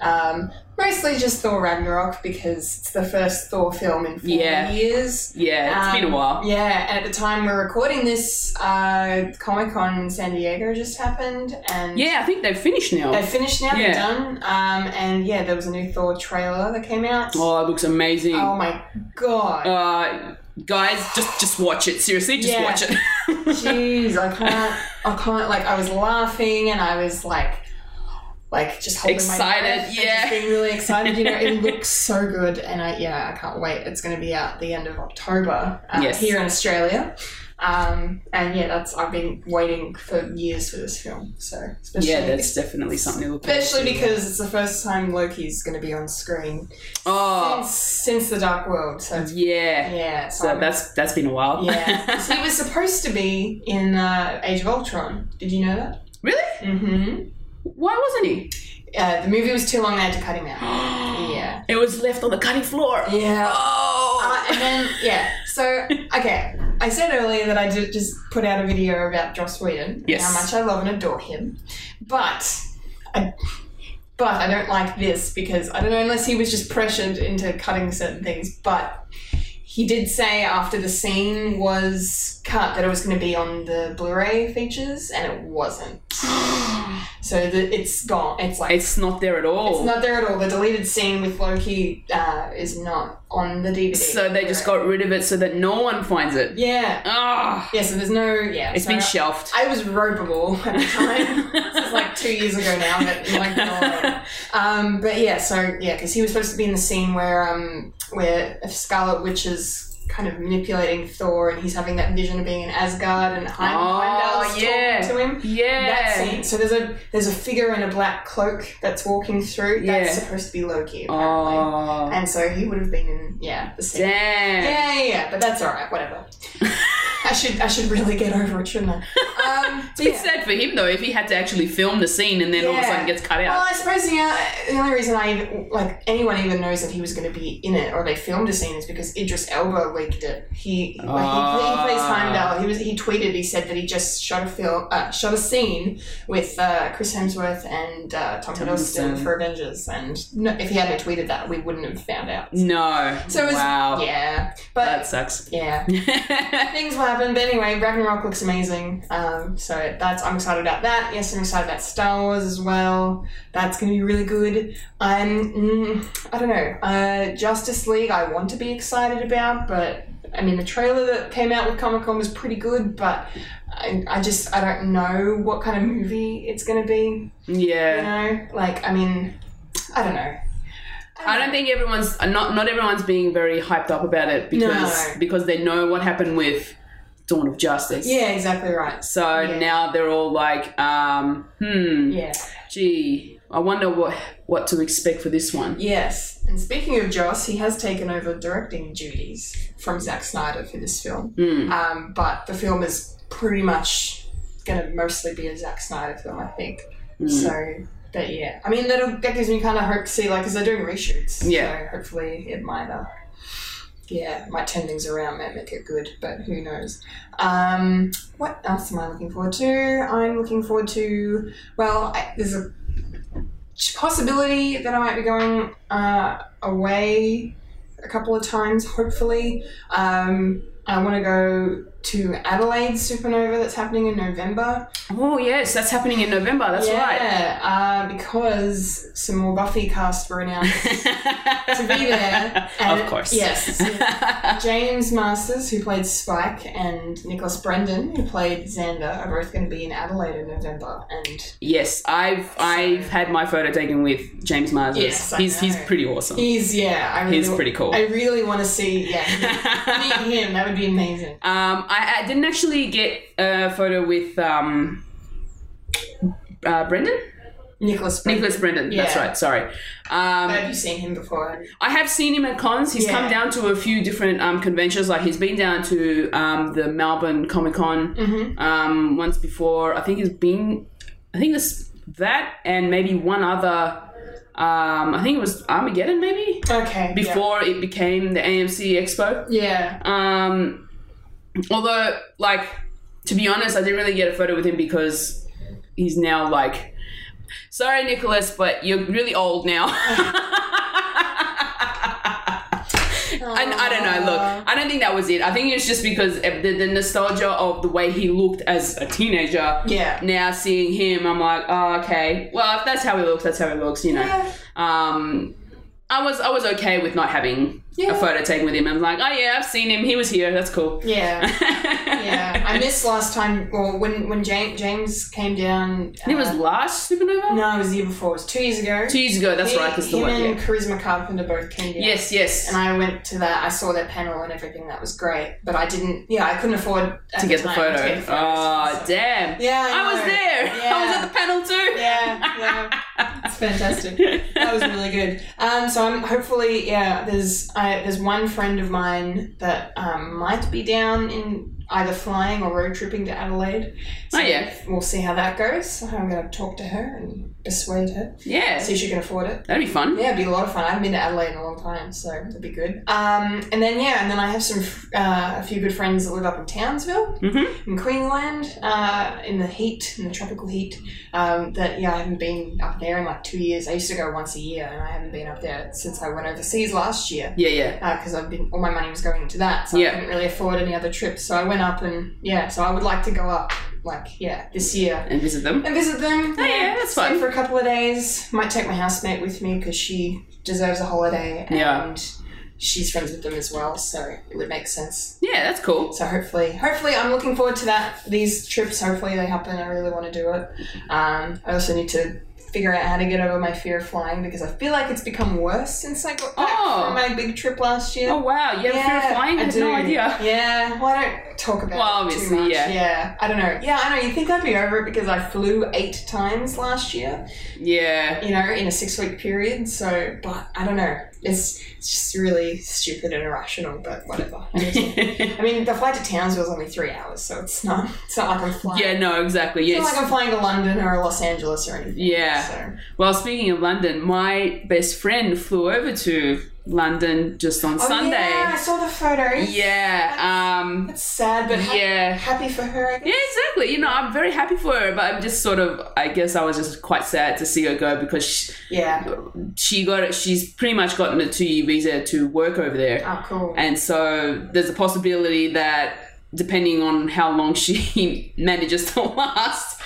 Speaker 1: Um, mostly just Thor Ragnarok because it's the first Thor film in four
Speaker 2: Yeah.
Speaker 1: years.
Speaker 2: Yeah, it's been
Speaker 1: Um,
Speaker 2: a while.
Speaker 1: Yeah, and at the time we're recording this, uh, Comic Con in San Diego just happened, and
Speaker 2: Yeah, I think they've finished now.
Speaker 1: they're finished now. They're
Speaker 2: Yeah.
Speaker 1: done. Um, and yeah, there was a new Thor trailer that came out.
Speaker 2: Oh, it looks amazing.
Speaker 1: Oh my god.
Speaker 2: Uh, guys, just just watch it. Seriously, just
Speaker 1: Yeah.
Speaker 2: watch it.
Speaker 1: Jeez, I can't I can't like I was laughing and I was like like just holding
Speaker 2: Excited,
Speaker 1: my breath and
Speaker 2: yeah.
Speaker 1: just being really excited. You know, it looks so good and I yeah, I can't wait. It's gonna be out the end of October uh,
Speaker 2: Yes.
Speaker 1: here in Australia. Um, and yeah, that's I've been waiting for years for this film. So especially
Speaker 2: yeah, that's definitely something. We'll
Speaker 1: especially because it's the first time Loki's gonna be on screen
Speaker 2: oh
Speaker 1: since, since the Dark World. So it's,
Speaker 2: yeah.
Speaker 1: yeah, so,
Speaker 2: So
Speaker 1: I'm
Speaker 2: that's that's been a while.
Speaker 1: yeah. 'Cause he was supposed to be in uh, Age of Ultron. Did you know that?
Speaker 2: really?
Speaker 1: Mm-hmm.
Speaker 2: Why wasn't he?
Speaker 1: Uh, the movie was too long. They had to cut him out. yeah.
Speaker 2: It was left on the cutting floor.
Speaker 1: Yeah. Uh,
Speaker 2: Oh.
Speaker 1: and then yeah, so okay, I said earlier that I did just put out a video about Joss Whedon and
Speaker 2: Yes.
Speaker 1: how much I love and adore him, but I, but I don't like this because I don't know unless he was just pressured into cutting certain things, but. He did say after the scene was cut that it was going to be on the Blu-ray features, and it wasn't. so the, it's gone. It's like
Speaker 2: It's not there at all.
Speaker 1: it's not there at all. The deleted scene with Loki uh, is not on the DVD.
Speaker 2: so they just got rid of it so that no one finds it.
Speaker 1: Yeah.
Speaker 2: Ah,
Speaker 1: Yeah, so there's no. Yeah.
Speaker 2: it's
Speaker 1: so
Speaker 2: been shelved.
Speaker 1: I was ropeable at the time. this was like two years ago now, but like, no. Um, but yeah, so yeah, because he was supposed to be in the scene where um, where Scarlet Witch is kind of manipulating Thor, and he's having that vision of being in Asgard, and Heimdall's
Speaker 2: Oh, yeah.
Speaker 1: talking to him.
Speaker 2: yeah.
Speaker 1: That scene. So there's a there's a figure in a black cloak that's walking through. That's
Speaker 2: Yeah.
Speaker 1: supposed to be Loki. Apparently.
Speaker 2: Oh,
Speaker 1: And so he would have been in yeah, the scene.
Speaker 2: damn.
Speaker 1: Yeah, yeah, yeah, but that's alright, whatever. I should I should really get over it, shouldn't I? Um but
Speaker 2: It's
Speaker 1: yeah.
Speaker 2: sad for him though if he had to actually film the scene and then all of a
Speaker 1: Yeah.
Speaker 2: sudden gets cut
Speaker 1: Well,
Speaker 2: out.
Speaker 1: I suppose the, uh, the only reason I even, like anyone even knows that he was going to be in it or they filmed a scene is because Idris Elba leaked it. He he, he, plays
Speaker 2: Ah.
Speaker 1: Heimdall. He was he tweeted he said that he just shot a film uh, shot a scene with uh, Chris Hemsworth and uh, Tom Hiddleston
Speaker 2: Hiddleston.
Speaker 1: for Avengers, and no, if he hadn't tweeted that, we wouldn't have found out.
Speaker 2: No. Uh,
Speaker 1: So it was-
Speaker 2: wow.
Speaker 1: Yeah, but
Speaker 2: That sucks.
Speaker 1: yeah. Things will happen, but anyway, Ragnarok looks amazing. Um, so that's I'm excited about that. Yes, I'm excited about Star Wars as well. That's gonna be really good. I'm mm, I don't know. Uh, Justice League I want to be excited about, but I mean the trailer that came out with Comic Con was pretty good, but I, I just I don't know what kind of movie it's gonna be. You
Speaker 2: yeah.
Speaker 1: know, like I mean, I don't know.
Speaker 2: I don't think everyone's not not everyone's being very hyped up about it because
Speaker 1: No.
Speaker 2: because they know what happened with Dawn of Justice.
Speaker 1: Yeah, exactly right.
Speaker 2: So
Speaker 1: Yeah.
Speaker 2: now they're all like, um, hmm,
Speaker 1: Yeah.
Speaker 2: gee, I wonder what what to expect for this one.
Speaker 1: Yes, and speaking of Joss, he has taken over directing duties from Zack Snyder for this film.
Speaker 2: Hmm.
Speaker 1: Um, but the film is pretty much going to mostly be a Zack Snyder film, I think.
Speaker 2: Hmm.
Speaker 1: So, but yeah, I mean that'll, that gives me kind of hope to see, like, because they're doing reshoots.
Speaker 2: Yeah.
Speaker 1: So hopefully it might, uh, yeah, might turn things around, might make it good, but who knows? Um, what else am I looking forward to? I'm looking forward to well, I, there's a possibility that I might be going uh, away a couple of times, hopefully. Um, I want to go to Adelaide Supernova that's happening in November.
Speaker 2: Oh yes, that's happening in November. That's right.
Speaker 1: Yeah, uh, because some more Buffy cast were announced to be there. And-
Speaker 2: of course.
Speaker 1: Yes. James Masters, who played Spike, and Nicholas Brendan, who played Xander, are both going to be in Adelaide in November. And
Speaker 2: Yes, I've I've had my photo taken with James Masters.
Speaker 1: Yes, I
Speaker 2: he's he's
Speaker 1: know.
Speaker 2: pretty awesome.
Speaker 1: he's, yeah, I really
Speaker 2: he's pretty cool.
Speaker 1: I really want to see, yeah,
Speaker 2: um,
Speaker 1: meet him. That would be amazing.
Speaker 2: I, I didn't actually get a photo with um, uh, Brendan
Speaker 1: Nicholas. Brennan.
Speaker 2: Nicholas Brendan. That's
Speaker 1: Yeah.
Speaker 2: right. Sorry. Um,
Speaker 1: Have you seen him before?
Speaker 2: I have seen him at cons. He's
Speaker 1: Yeah.
Speaker 2: come down to a few different um, conventions. Like he's been down to um, the Melbourne Comic Con
Speaker 1: Mm-hmm.
Speaker 2: um, once before. I think he's been. I think this that and maybe one other. Um, I think it was Armageddon maybe
Speaker 1: Okay.
Speaker 2: before it became the AMC Expo.
Speaker 1: Yeah.
Speaker 2: Um, although, like, to be honest, I didn't really get a photo with him because he's now like, sorry, Nicholas, but you're really old now. And I don't know. Look, I don't think that was it. I think it was just because of the, the nostalgia of the way he looked as a teenager.
Speaker 1: Yeah.
Speaker 2: Now seeing him, I'm like, oh, okay. Well, if that's how he looks, that's how he looks. You know.
Speaker 1: Yeah.
Speaker 2: Um, I was I was okay with not having
Speaker 1: Yeah.
Speaker 2: a photo taken with him. I'm like, oh yeah, I've seen him. He was here. That's cool.
Speaker 1: Yeah. Yeah.
Speaker 2: yeah.
Speaker 1: I missed last time. Well, when when James, James came down. Uh,
Speaker 2: it was last supernova.
Speaker 1: no, it was the year before. It was two years ago.
Speaker 2: Two years ago. That's
Speaker 1: He-
Speaker 2: right. That's the
Speaker 1: him
Speaker 2: one.
Speaker 1: and
Speaker 2: Yeah.
Speaker 1: Charisma Carpenter both came down.
Speaker 2: Yes. Yes.
Speaker 1: And I went to that. I saw their panel and everything. That was great. But I didn't. Yeah, I couldn't afford at
Speaker 2: to get the
Speaker 1: time
Speaker 2: photo.
Speaker 1: to get the photos.
Speaker 2: Oh
Speaker 1: So-
Speaker 2: damn.
Speaker 1: Yeah.
Speaker 2: I was
Speaker 1: know.
Speaker 2: there. I was
Speaker 1: Yeah.
Speaker 2: at the panel too.
Speaker 1: Yeah. Yeah. It's fantastic. That was really good. Um, so I'm hopefully yeah. There's I, there's one friend of mine that um, might be down in either flying or road tripping to Adelaide. So
Speaker 2: Oh, yeah.
Speaker 1: We'll see how that goes. I'm going to talk to her and persuade her,
Speaker 2: Yeah.
Speaker 1: see if she can afford it.
Speaker 2: That'd be fun.
Speaker 1: Yeah, it'd be a lot of fun. I haven't been to Adelaide in a long time, so it'd be good. Um, and then yeah, and then I have some uh, a few good friends that live up in Townsville,
Speaker 2: Mhm.
Speaker 1: in Queensland, uh, in the heat, in the tropical heat. Um, that yeah, I haven't been up there in like two years. I used to go once a year, and I haven't been up there since I went overseas last year
Speaker 2: Yeah, yeah.
Speaker 1: because I've been all my money was going into that, so
Speaker 2: Yeah.
Speaker 1: I couldn't really afford any other trips. So I went up, and yeah, so I would like to go up, like yeah, this year
Speaker 2: And visit them.
Speaker 1: and visit them.
Speaker 2: Oh, yeah, that's
Speaker 1: stay
Speaker 2: fun.
Speaker 1: for a couple of days. Might take my housemate with me because she deserves a holiday, and
Speaker 2: Yeah.
Speaker 1: she's friends with them as well, so it would make sense.
Speaker 2: Yeah, that's cool.
Speaker 1: So hopefully, hopefully, I'm looking forward to that. These trips, hopefully, they happen. I really want to do it. Um, I also need to figure out how to get over my fear of flying because I feel like it's become worse since I got back
Speaker 2: Oh.
Speaker 1: from my big trip last year.
Speaker 2: Oh wow, you have a fear of flying? I, had no
Speaker 1: do.
Speaker 2: idea.
Speaker 1: Yeah, well, I don't talk about
Speaker 2: Well,
Speaker 1: it
Speaker 2: obviously,
Speaker 1: too much.
Speaker 2: yeah.
Speaker 1: I don't know. Yeah, I know. You think I'd be over it because I flew eight times last year,
Speaker 2: Yeah.
Speaker 1: you know, in a six week period. So, but I don't know. It's, it's just really stupid and irrational, but whatever. I mean, I mean, the flight to Townsville is only three hours, so it's not. It's not like I'm flying.
Speaker 2: yeah, no, exactly.
Speaker 1: It's
Speaker 2: Yes.
Speaker 1: not like I'm flying to London or Los Angeles or anything.
Speaker 2: Yeah.
Speaker 1: So.
Speaker 2: Well, speaking of London, my best friend flew over to London just on
Speaker 1: Oh,
Speaker 2: Sunday.
Speaker 1: Yeah, I saw the photos.
Speaker 2: Yeah. Um,
Speaker 1: It's sad, but ha-
Speaker 2: yeah.
Speaker 1: happy for her. I guess.
Speaker 2: Yeah, exactly. You know, I'm very happy for her, but I'm just sort of, I guess I was just quite sad to see her go because she,
Speaker 1: Yeah.
Speaker 2: she got it, she's pretty much gotten a two year visa to work over there.
Speaker 1: Oh, cool.
Speaker 2: And so there's a possibility that depending on how long she manages to last,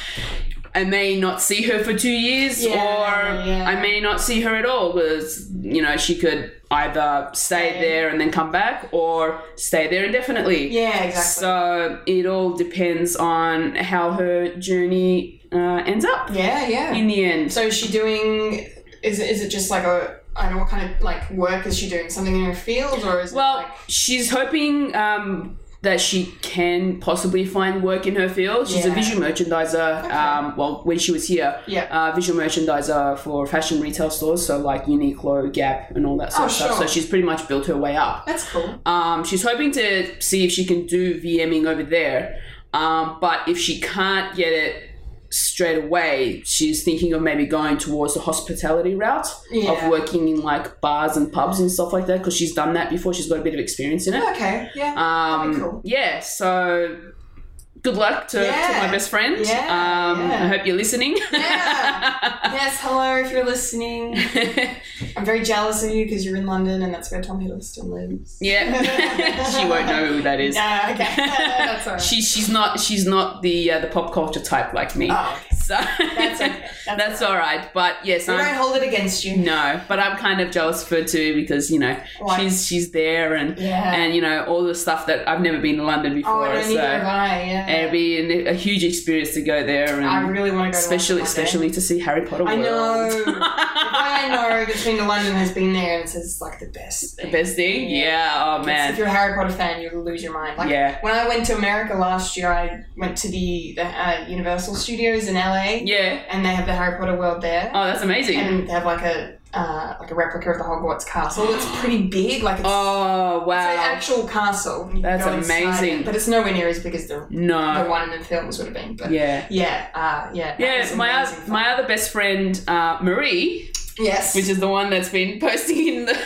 Speaker 2: I may not see her for two years
Speaker 1: Yeah,
Speaker 2: or
Speaker 1: yeah.
Speaker 2: I may not see her at all because, you know, she could either stay
Speaker 1: Stay.
Speaker 2: there and then come back or stay there indefinitely.
Speaker 1: yeah, exactly.
Speaker 2: So it all depends on how her journey uh, ends up
Speaker 1: Yeah, yeah.
Speaker 2: in the end.
Speaker 1: so is she doing? Is it, is it just like a? I don't know what kind of like work is she doing? Something in her field, or is
Speaker 2: Well,
Speaker 1: it like?
Speaker 2: she's hoping um, that she can possibly find work in her field. She's a
Speaker 1: Yeah.
Speaker 2: visual merchandiser. Um, well, when she was here,
Speaker 1: Yeah.
Speaker 2: uh, visual merchandiser for fashion retail stores, so like Uniqlo, Gap, and all that sort
Speaker 1: Oh,
Speaker 2: of stuff. So
Speaker 1: sure.
Speaker 2: she's pretty much built her way up.
Speaker 1: That's cool.
Speaker 2: Um, she's hoping to see if she can do VMing over there. Um, but if she can't get it straight away, she's thinking of maybe going towards the hospitality route
Speaker 1: Yeah.
Speaker 2: of working in like bars and pubs and stuff like that because she's done that before. She's got a bit of experience in it.
Speaker 1: Okay. Yeah.
Speaker 2: Um,
Speaker 1: that'd be cool.
Speaker 2: Yeah, so good luck to, to
Speaker 1: Yeah.
Speaker 2: my best friend.
Speaker 1: Yeah,
Speaker 2: Um,
Speaker 1: yeah.
Speaker 2: I hope you're listening.
Speaker 1: Yeah. yes. Hello, if you're listening, I'm very jealous of you because you're in London and that's where Tom Hiddleston lives.
Speaker 2: yeah. she won't know who that is.
Speaker 1: Yeah. Okay. that's alright.
Speaker 2: she she's not she's not the uh, the pop culture type like me.
Speaker 1: Oh, okay.
Speaker 2: So
Speaker 1: That's okay. That's
Speaker 2: That's all right. But yes,
Speaker 1: We don't
Speaker 2: I'm,
Speaker 1: hold it against you.
Speaker 2: no. But I'm kind of jealous for her too because you know
Speaker 1: Why?
Speaker 2: she's she's there and
Speaker 1: Yeah.
Speaker 2: and you know all the stuff that I've never been to London
Speaker 1: oh,
Speaker 2: before.
Speaker 1: I don't
Speaker 2: so
Speaker 1: neither have I. Yeah.
Speaker 2: it'd be an, a huge experience to go there
Speaker 1: I
Speaker 2: and
Speaker 1: really want to go.
Speaker 2: especially
Speaker 1: to London one day.
Speaker 2: especially to see Harry Potter
Speaker 1: I
Speaker 2: World.
Speaker 1: know. The guy I know that's been to London has been there and it says it's like the best.
Speaker 2: The
Speaker 1: Thing.
Speaker 2: best thing, yeah. Oh
Speaker 1: It's-
Speaker 2: man,
Speaker 1: If you're a Harry Potter fan, you'll lose your mind. Like
Speaker 2: Yeah.
Speaker 1: when I went to America last year, I went to the, the uh, Universal Studios in LA,
Speaker 2: yeah.
Speaker 1: and they have the Harry Potter world there,
Speaker 2: Oh, that's amazing.
Speaker 1: and they have like a uh, like a replica of the Hogwarts castle. It's pretty big, like it's,
Speaker 2: oh
Speaker 1: it's an
Speaker 2: wow,
Speaker 1: actual castle. You can
Speaker 2: That's
Speaker 1: go inside
Speaker 2: amazing.
Speaker 1: it, but it's nowhere near as big as the the
Speaker 2: no,
Speaker 1: one in the films would have been. But yeah,
Speaker 2: yeah.
Speaker 1: yeah, uh, yeah. that
Speaker 2: Yeah,
Speaker 1: was
Speaker 2: my
Speaker 1: amazing
Speaker 2: oth-
Speaker 1: fun.
Speaker 2: my other best friend uh, Marie,
Speaker 1: yes,
Speaker 2: which is the one that's been posting in the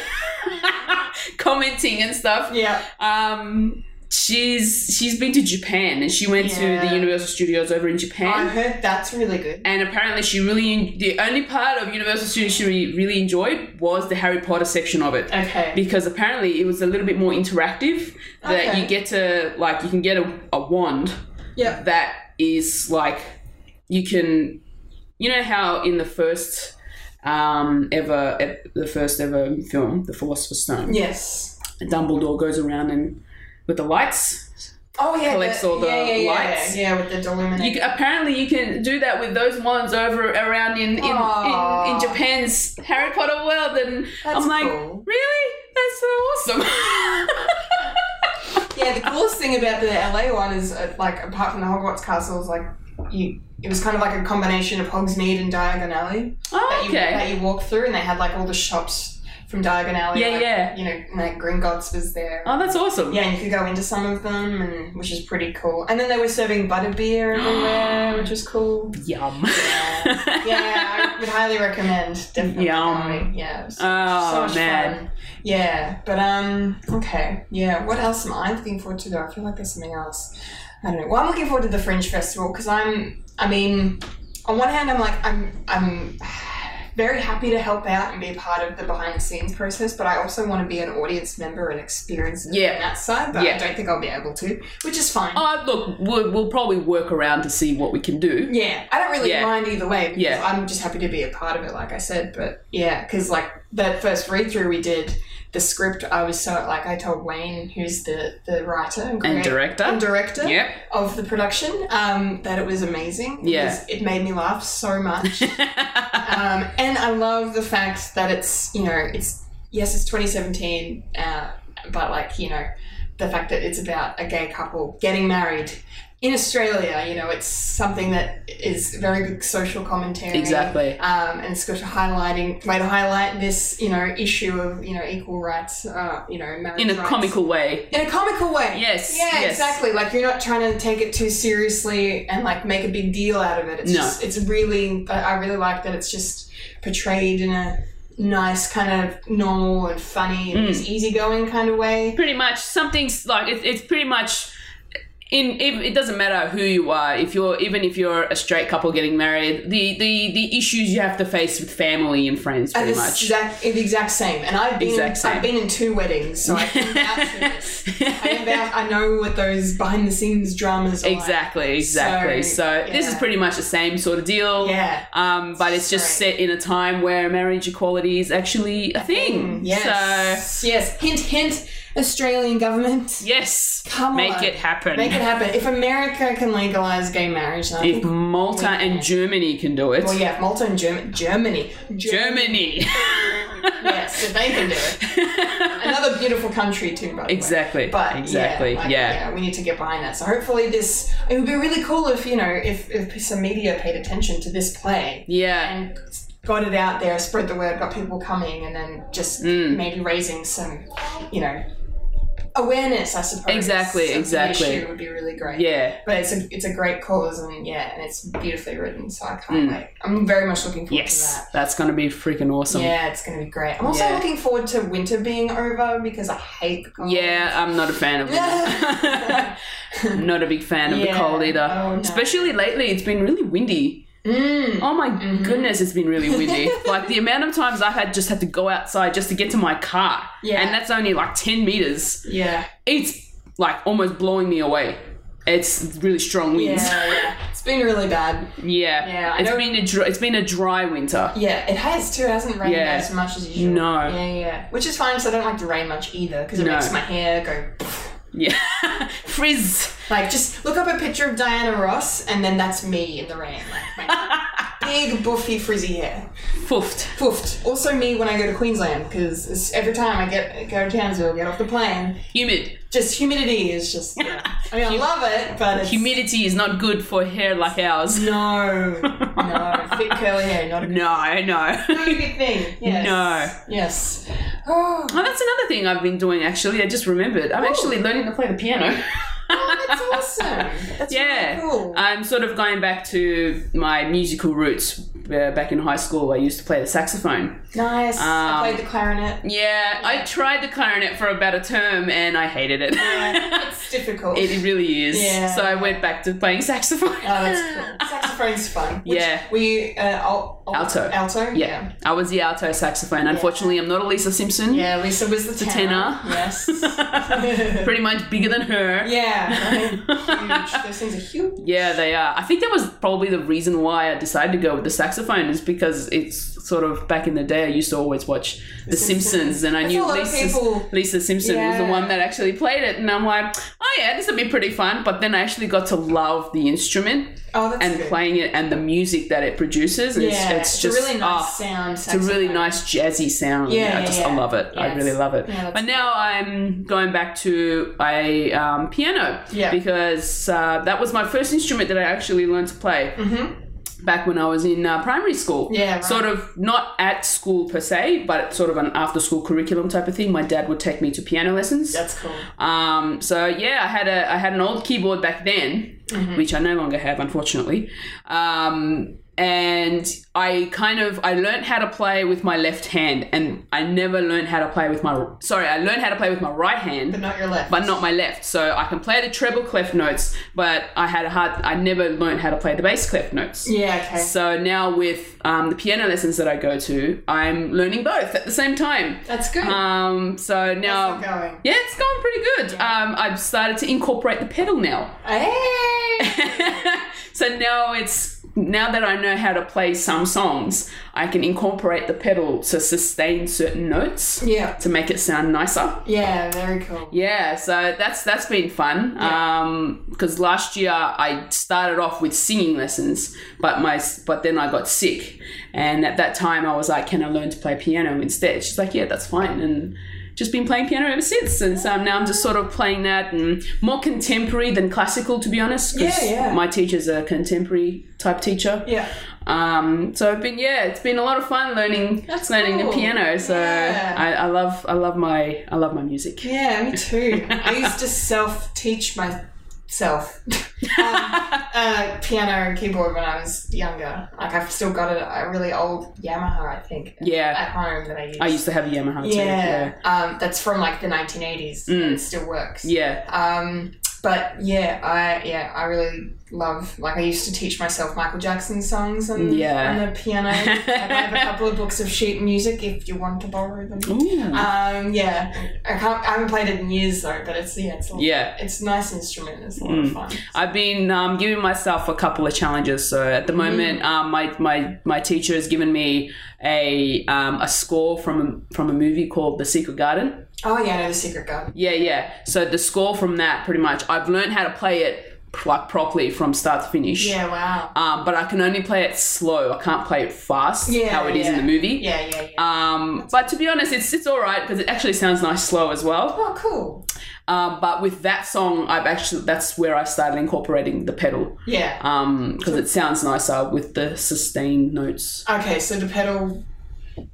Speaker 2: commenting and stuff.
Speaker 1: yeah.
Speaker 2: Um, she's she's been to Japan and she went to
Speaker 1: Yeah.
Speaker 2: the Universal Studios over in
Speaker 1: I
Speaker 2: Japan.
Speaker 1: heard that's really good.
Speaker 2: and apparently, she really the only part of Universal Studios she re- really enjoyed was the Harry Potter section of it
Speaker 1: Okay.
Speaker 2: because apparently it was a little bit more interactive. That
Speaker 1: Okay.
Speaker 2: you get to like you can get a, a wand
Speaker 1: Yeah.
Speaker 2: that is like you can you know how in the first um ever ep- the first ever film the philosopher's stone
Speaker 1: Yes.
Speaker 2: dumbledore goes around and with the lights
Speaker 1: Oh yeah.
Speaker 2: Collects all the
Speaker 1: yeah, yeah, yeah,
Speaker 2: lights.
Speaker 1: Yeah, with the illuminator.
Speaker 2: you, ca- apparently you can do that with those wands over around in in, in,
Speaker 1: Aw.
Speaker 2: in japan's harry potter world and i'm like
Speaker 1: cool.
Speaker 2: really that's so awesome
Speaker 1: yeah, the coolest thing about the LA one is uh, like apart from the Hogwarts castle, is like you. It was kind of like a combination of Hogsmeade and Diagon Alley
Speaker 2: oh,
Speaker 1: that you,
Speaker 2: okay
Speaker 1: that you walk through, and they had like all the shops. from Diagon Alley.
Speaker 2: Yeah,
Speaker 1: like,
Speaker 2: yeah.
Speaker 1: You know, like Gringotts was there.
Speaker 2: Oh, that's awesome.
Speaker 1: Yeah, and you could go into some of them, and which is pretty cool. And then they were serving butterbeer everywhere, which is cool.
Speaker 2: Yum.
Speaker 1: Yeah, yeah I would highly recommend. Definitely.
Speaker 2: Yum.
Speaker 1: going. Yeah. it was so
Speaker 2: Oh
Speaker 1: much
Speaker 2: man.
Speaker 1: fun. Yeah, but um, okay. Yeah, what else am I looking forward to though? I feel like there's something else. I don't know. Well, I'm looking forward to the Fringe Festival because I'm. I mean, on one hand, I'm like I'm I'm very happy to help out and be a part of the behind the scenes process, but I also want to be an audience member and experience it
Speaker 2: Yeah.
Speaker 1: from that side. But
Speaker 2: Yeah.
Speaker 1: I don't think I'll be able to, which is fine.
Speaker 2: Oh, look, we'll, we'll probably work around to see what we can do.
Speaker 1: Yeah, I don't really
Speaker 2: Yeah.
Speaker 1: mind either way. Because
Speaker 2: Yeah.
Speaker 1: I'm just happy to be a part of it, like I said. But yeah, because like that first read through we did, the script, I was so like I told Wayne, who's the the writer and,
Speaker 2: And
Speaker 1: creator-
Speaker 2: director.
Speaker 1: and director
Speaker 2: Yep.
Speaker 1: of the production, um, that it was amazing. It
Speaker 2: Yeah.
Speaker 1: was- it made me laugh so much. um, and I love the fact that it's you know it's yes it's 2017, uh, but like you know the fact that it's about a gay couple getting married in Australia. You know it's something that is very good social commentary.
Speaker 2: Exactly.
Speaker 1: Um, and it's got a highlighting way to highlight this you know issue of you know equal rights. Uh, you know marriage
Speaker 2: In a
Speaker 1: rights.
Speaker 2: comical way.
Speaker 1: In a comical way.
Speaker 2: Yes,
Speaker 1: Yeah,
Speaker 2: yes.
Speaker 1: exactly. Like you're not trying to take it too seriously and like make a big deal out of it. It's
Speaker 2: No.
Speaker 1: just it's really I I really like that it's just portrayed in a nice kind of normal and funny and
Speaker 2: Mm.
Speaker 1: just easygoing kind of way.
Speaker 2: Pretty much something's like it, it's pretty much. In, it, it doesn't matter who you are if you're even if you're a straight couple getting married the, the, the issues you have to face with family and friends
Speaker 1: And
Speaker 2: pretty
Speaker 1: it's
Speaker 2: much
Speaker 1: exact, the exact same. And I've been
Speaker 2: Exact same.
Speaker 1: I've been in two weddings, so I can vouch for this. I, can vouch- I know what those behind the scenes dramas are. like.
Speaker 2: Exactly, exactly. So,
Speaker 1: So,
Speaker 2: this is
Speaker 1: yeah.
Speaker 2: pretty much the same sort of deal.
Speaker 1: Yeah.
Speaker 2: Um, but it's just
Speaker 1: Great.
Speaker 2: set in a time where marriage equality is actually a thing. So
Speaker 1: Mm, Yes. Yes. Hint hint Australian government.
Speaker 2: yes,
Speaker 1: Come
Speaker 2: make
Speaker 1: on.
Speaker 2: it happen.
Speaker 1: Make it happen. If America can legalize gay marriage, then I
Speaker 2: if
Speaker 1: think.
Speaker 2: Malta and Germany can do it,
Speaker 1: Well, yeah, Malta and Germ- Germany. Germany.
Speaker 2: Germany.
Speaker 1: Yes, if they can do it. Another beautiful country, too, by the way.
Speaker 2: Exactly.
Speaker 1: But yeah,
Speaker 2: exactly.
Speaker 1: like,
Speaker 2: yeah.
Speaker 1: we need to get behind that. So hopefully, this it would be really cool if you know if, if some media paid attention to this play
Speaker 2: Yeah.
Speaker 1: and got it out there, spread the word, got people coming, and then just
Speaker 2: Mm.
Speaker 1: maybe raising some, you know, awareness. I suppose
Speaker 2: Exactly,
Speaker 1: of the
Speaker 2: exactly.
Speaker 1: issue would be really great.
Speaker 2: yeah.
Speaker 1: But it's a it's a great cause and yeah, and it's beautifully written, so I can't wait. I'm very much looking forward to
Speaker 2: Mm. Yes.
Speaker 1: that.
Speaker 2: That's gonna be freaking awesome.
Speaker 1: Yeah, it's gonna be great. I'm also
Speaker 2: Yeah.
Speaker 1: looking forward to winter being over because I hate the cold.
Speaker 2: Yeah, I'm not a fan of it. not a big fan of the
Speaker 1: Yeah.
Speaker 2: cold either.
Speaker 1: Oh, no.
Speaker 2: Especially lately, it's been really windy.
Speaker 1: Mm.
Speaker 2: Oh my goodness, it's been really windy. like the amount of times I've had just had to go outside just to get to my car,
Speaker 1: Yeah.
Speaker 2: and that's only like ten meters.
Speaker 1: Yeah.
Speaker 2: It's like almost blowing me away. It's really strong
Speaker 1: Yeah,
Speaker 2: winds.
Speaker 1: yeah. It's been really bad.
Speaker 2: Yeah,
Speaker 1: Yeah, I
Speaker 2: It's
Speaker 1: don't-
Speaker 2: been a dry, it's been a dry winter.
Speaker 1: Yeah, it has too. It hasn't rained
Speaker 2: Yeah.
Speaker 1: as much as usual.
Speaker 2: No.
Speaker 1: Yeah, yeah. Which is fine because I don't like the rain much either because it
Speaker 2: No.
Speaker 1: makes my hair go. pff.
Speaker 2: Yeah, frizz.
Speaker 1: Like, just look up a picture of Diana Ross and then that's me in the rain. Like, my big, boofy, frizzy hair.
Speaker 2: Foofed.
Speaker 1: Poofed. Also, me when I go to Queensland, because every time I get go to Townsville, get off the plane,
Speaker 2: Humid.
Speaker 1: just humidity is just. Yeah. I mean, I love it, but it's
Speaker 2: Humidity is not good for hair like ours.
Speaker 1: No, no, thick curly hair, not a good,
Speaker 2: No,
Speaker 1: not
Speaker 2: no.
Speaker 1: a good thing. Yes.
Speaker 2: No.
Speaker 1: Yes. Oh,
Speaker 2: Oh, that's another thing I've been doing actually. I just remembered. I'm actually learning to play the piano.
Speaker 1: oh, that's awesome. That's
Speaker 2: yeah. Uh,
Speaker 1: really cool.
Speaker 2: I'm sort of going back to my musical roots. Uh, back in high school, I used to play the saxophone.
Speaker 1: nice.
Speaker 2: um,
Speaker 1: I played the clarinet.
Speaker 2: Yeah, I tried the clarinet for about a term and I hated it.
Speaker 1: Yeah, Uh, it's difficult.
Speaker 2: it really is.
Speaker 1: Yeah.
Speaker 2: So I went back to playing saxophone.
Speaker 1: Oh, that's cool. Saxophone's fun. Which,
Speaker 2: Yeah.
Speaker 1: Were you uh, al- al-
Speaker 2: Alto.
Speaker 1: Alto?
Speaker 2: Yeah. I was the alto saxophone. Unfortunately, I'm not a Lisa Simpson.
Speaker 1: Yeah, Lisa was the tenor.
Speaker 2: tenor.
Speaker 1: Yes.
Speaker 2: Pretty much bigger than her.
Speaker 1: yeah. right? Huge. Those things are huge.
Speaker 2: Yeah, they are. I think that was probably the reason why I decided to go with the saxophone is because it's sort of back in the day I used to always watch The, Simpsons.
Speaker 1: Simpsons.
Speaker 2: and I
Speaker 1: That's
Speaker 2: knew
Speaker 1: a lot of
Speaker 2: Lisa,
Speaker 1: people.
Speaker 2: Lisa Simpson was the
Speaker 1: Yeah.
Speaker 2: one that actually played it and I'm like, oh yeah, this would be pretty fun. But then I actually got to love the instrument
Speaker 1: Oh, that's
Speaker 2: and
Speaker 1: good.
Speaker 2: playing it and the music that it produces. And
Speaker 1: Yeah,
Speaker 2: it's, it's just
Speaker 1: a really nice
Speaker 2: ah,
Speaker 1: sound.
Speaker 2: It's a really nice jazzy sound.
Speaker 1: Yeah,
Speaker 2: I
Speaker 1: yeah,
Speaker 2: just I
Speaker 1: yeah.
Speaker 2: love it. I
Speaker 1: Yeah,
Speaker 2: really
Speaker 1: it's-
Speaker 2: love it.
Speaker 1: yeah, that's
Speaker 2: but now I'm going back to a um, piano
Speaker 1: Yeah.
Speaker 2: because uh, that was my first instrument that I actually learned to play.
Speaker 1: Mm-hmm.
Speaker 2: back when I was in uh, primary school.
Speaker 1: Yeah, right.
Speaker 2: Sort of not at school per se, but sort of an after school curriculum type of thing. My dad would take me to piano lessons.
Speaker 1: That's cool.
Speaker 2: Um, so yeah, I had a I had an old keyboard back then, which I no longer have, unfortunately. Um, and I kind of I learned how to play with my left hand, and I never learned how to play with my sorry I learned how to play with my right hand,
Speaker 1: But not your left.
Speaker 2: but not my left. So I can play the treble clef notes, but I had a hard I never learned how to play the bass clef notes.
Speaker 1: Yeah, okay.
Speaker 2: So now with um, the piano lessons that I go to, I'm learning both at the same time.
Speaker 1: That's good.
Speaker 2: Um, so now,
Speaker 1: How's it going?
Speaker 2: yeah, it's going pretty good. Um, I've started to incorporate the pedal now.
Speaker 1: Hey!
Speaker 2: so now it's now that I know how to play some songs, I can incorporate the pedal to sustain certain notes
Speaker 1: yeah.
Speaker 2: to make it sound nicer.
Speaker 1: Yeah, very cool.
Speaker 2: Yeah, so that's that's been fun. Um, because last year I started off with singing lessons, but my but then I got sick, and at that time I was like, "Can I learn to play piano instead?" She's like, "Yeah, that's fine," and just been playing piano ever since. And so now I'm just sort of playing that and more contemporary than classical, to be honest. 'cause
Speaker 1: Yeah, yeah.
Speaker 2: My teacher's a contemporary type teacher.
Speaker 1: Yeah.
Speaker 2: Um, so I've been yeah, it's been a lot of fun learning
Speaker 1: That's
Speaker 2: learning
Speaker 1: cool.
Speaker 2: the piano. So
Speaker 1: Yeah.
Speaker 2: I, I love I love my I love my music.
Speaker 1: Yeah, me too. I used to self teach myself um, uh, piano and keyboard when I was younger. Like, I've still got a, a really old Yamaha, I think,
Speaker 2: Yeah,
Speaker 1: at home that I use.
Speaker 2: I used to have a Yamaha too.
Speaker 1: yeah, Um, that's from like the 1980s. And it still works.
Speaker 2: yeah,
Speaker 1: Um, but yeah, I yeah I really love like I used to teach myself Michael Jackson songs on,
Speaker 2: Yeah.
Speaker 1: on the piano. Like, I have a couple of books of sheet music if you want to borrow them.
Speaker 2: yeah. Ooh.
Speaker 1: Um, yeah, I can't. I haven't played it in years though, but it's yeah, it's a,
Speaker 2: yeah. Mm.
Speaker 1: it's a nice instrument. It's a lot of fun.
Speaker 2: I've been um, giving myself a couple of challenges. So at
Speaker 1: Mm-hmm.
Speaker 2: the moment, um, my, my my teacher has given me a um, a score from from a movie called The Secret Garden.
Speaker 1: Oh yeah, I know the Secret Garden.
Speaker 2: Yeah, yeah. So the score from that, pretty much, I've learned how to play it like properly from start to finish.
Speaker 1: Yeah, wow.
Speaker 2: Um, but I can only play it slow. I can't play it fast,
Speaker 1: Yeah,
Speaker 2: how it is in
Speaker 1: yeah.
Speaker 2: the movie.
Speaker 1: Yeah, yeah, yeah.
Speaker 2: Um, but to be honest, it's it's all right because it actually sounds nice slow as well.
Speaker 1: oh, cool.
Speaker 2: Um, but with that song, I've actually that's where I started incorporating the pedal
Speaker 1: Yeah.
Speaker 2: because it sounds nicer with the sustained notes.
Speaker 1: Okay, so the pedal.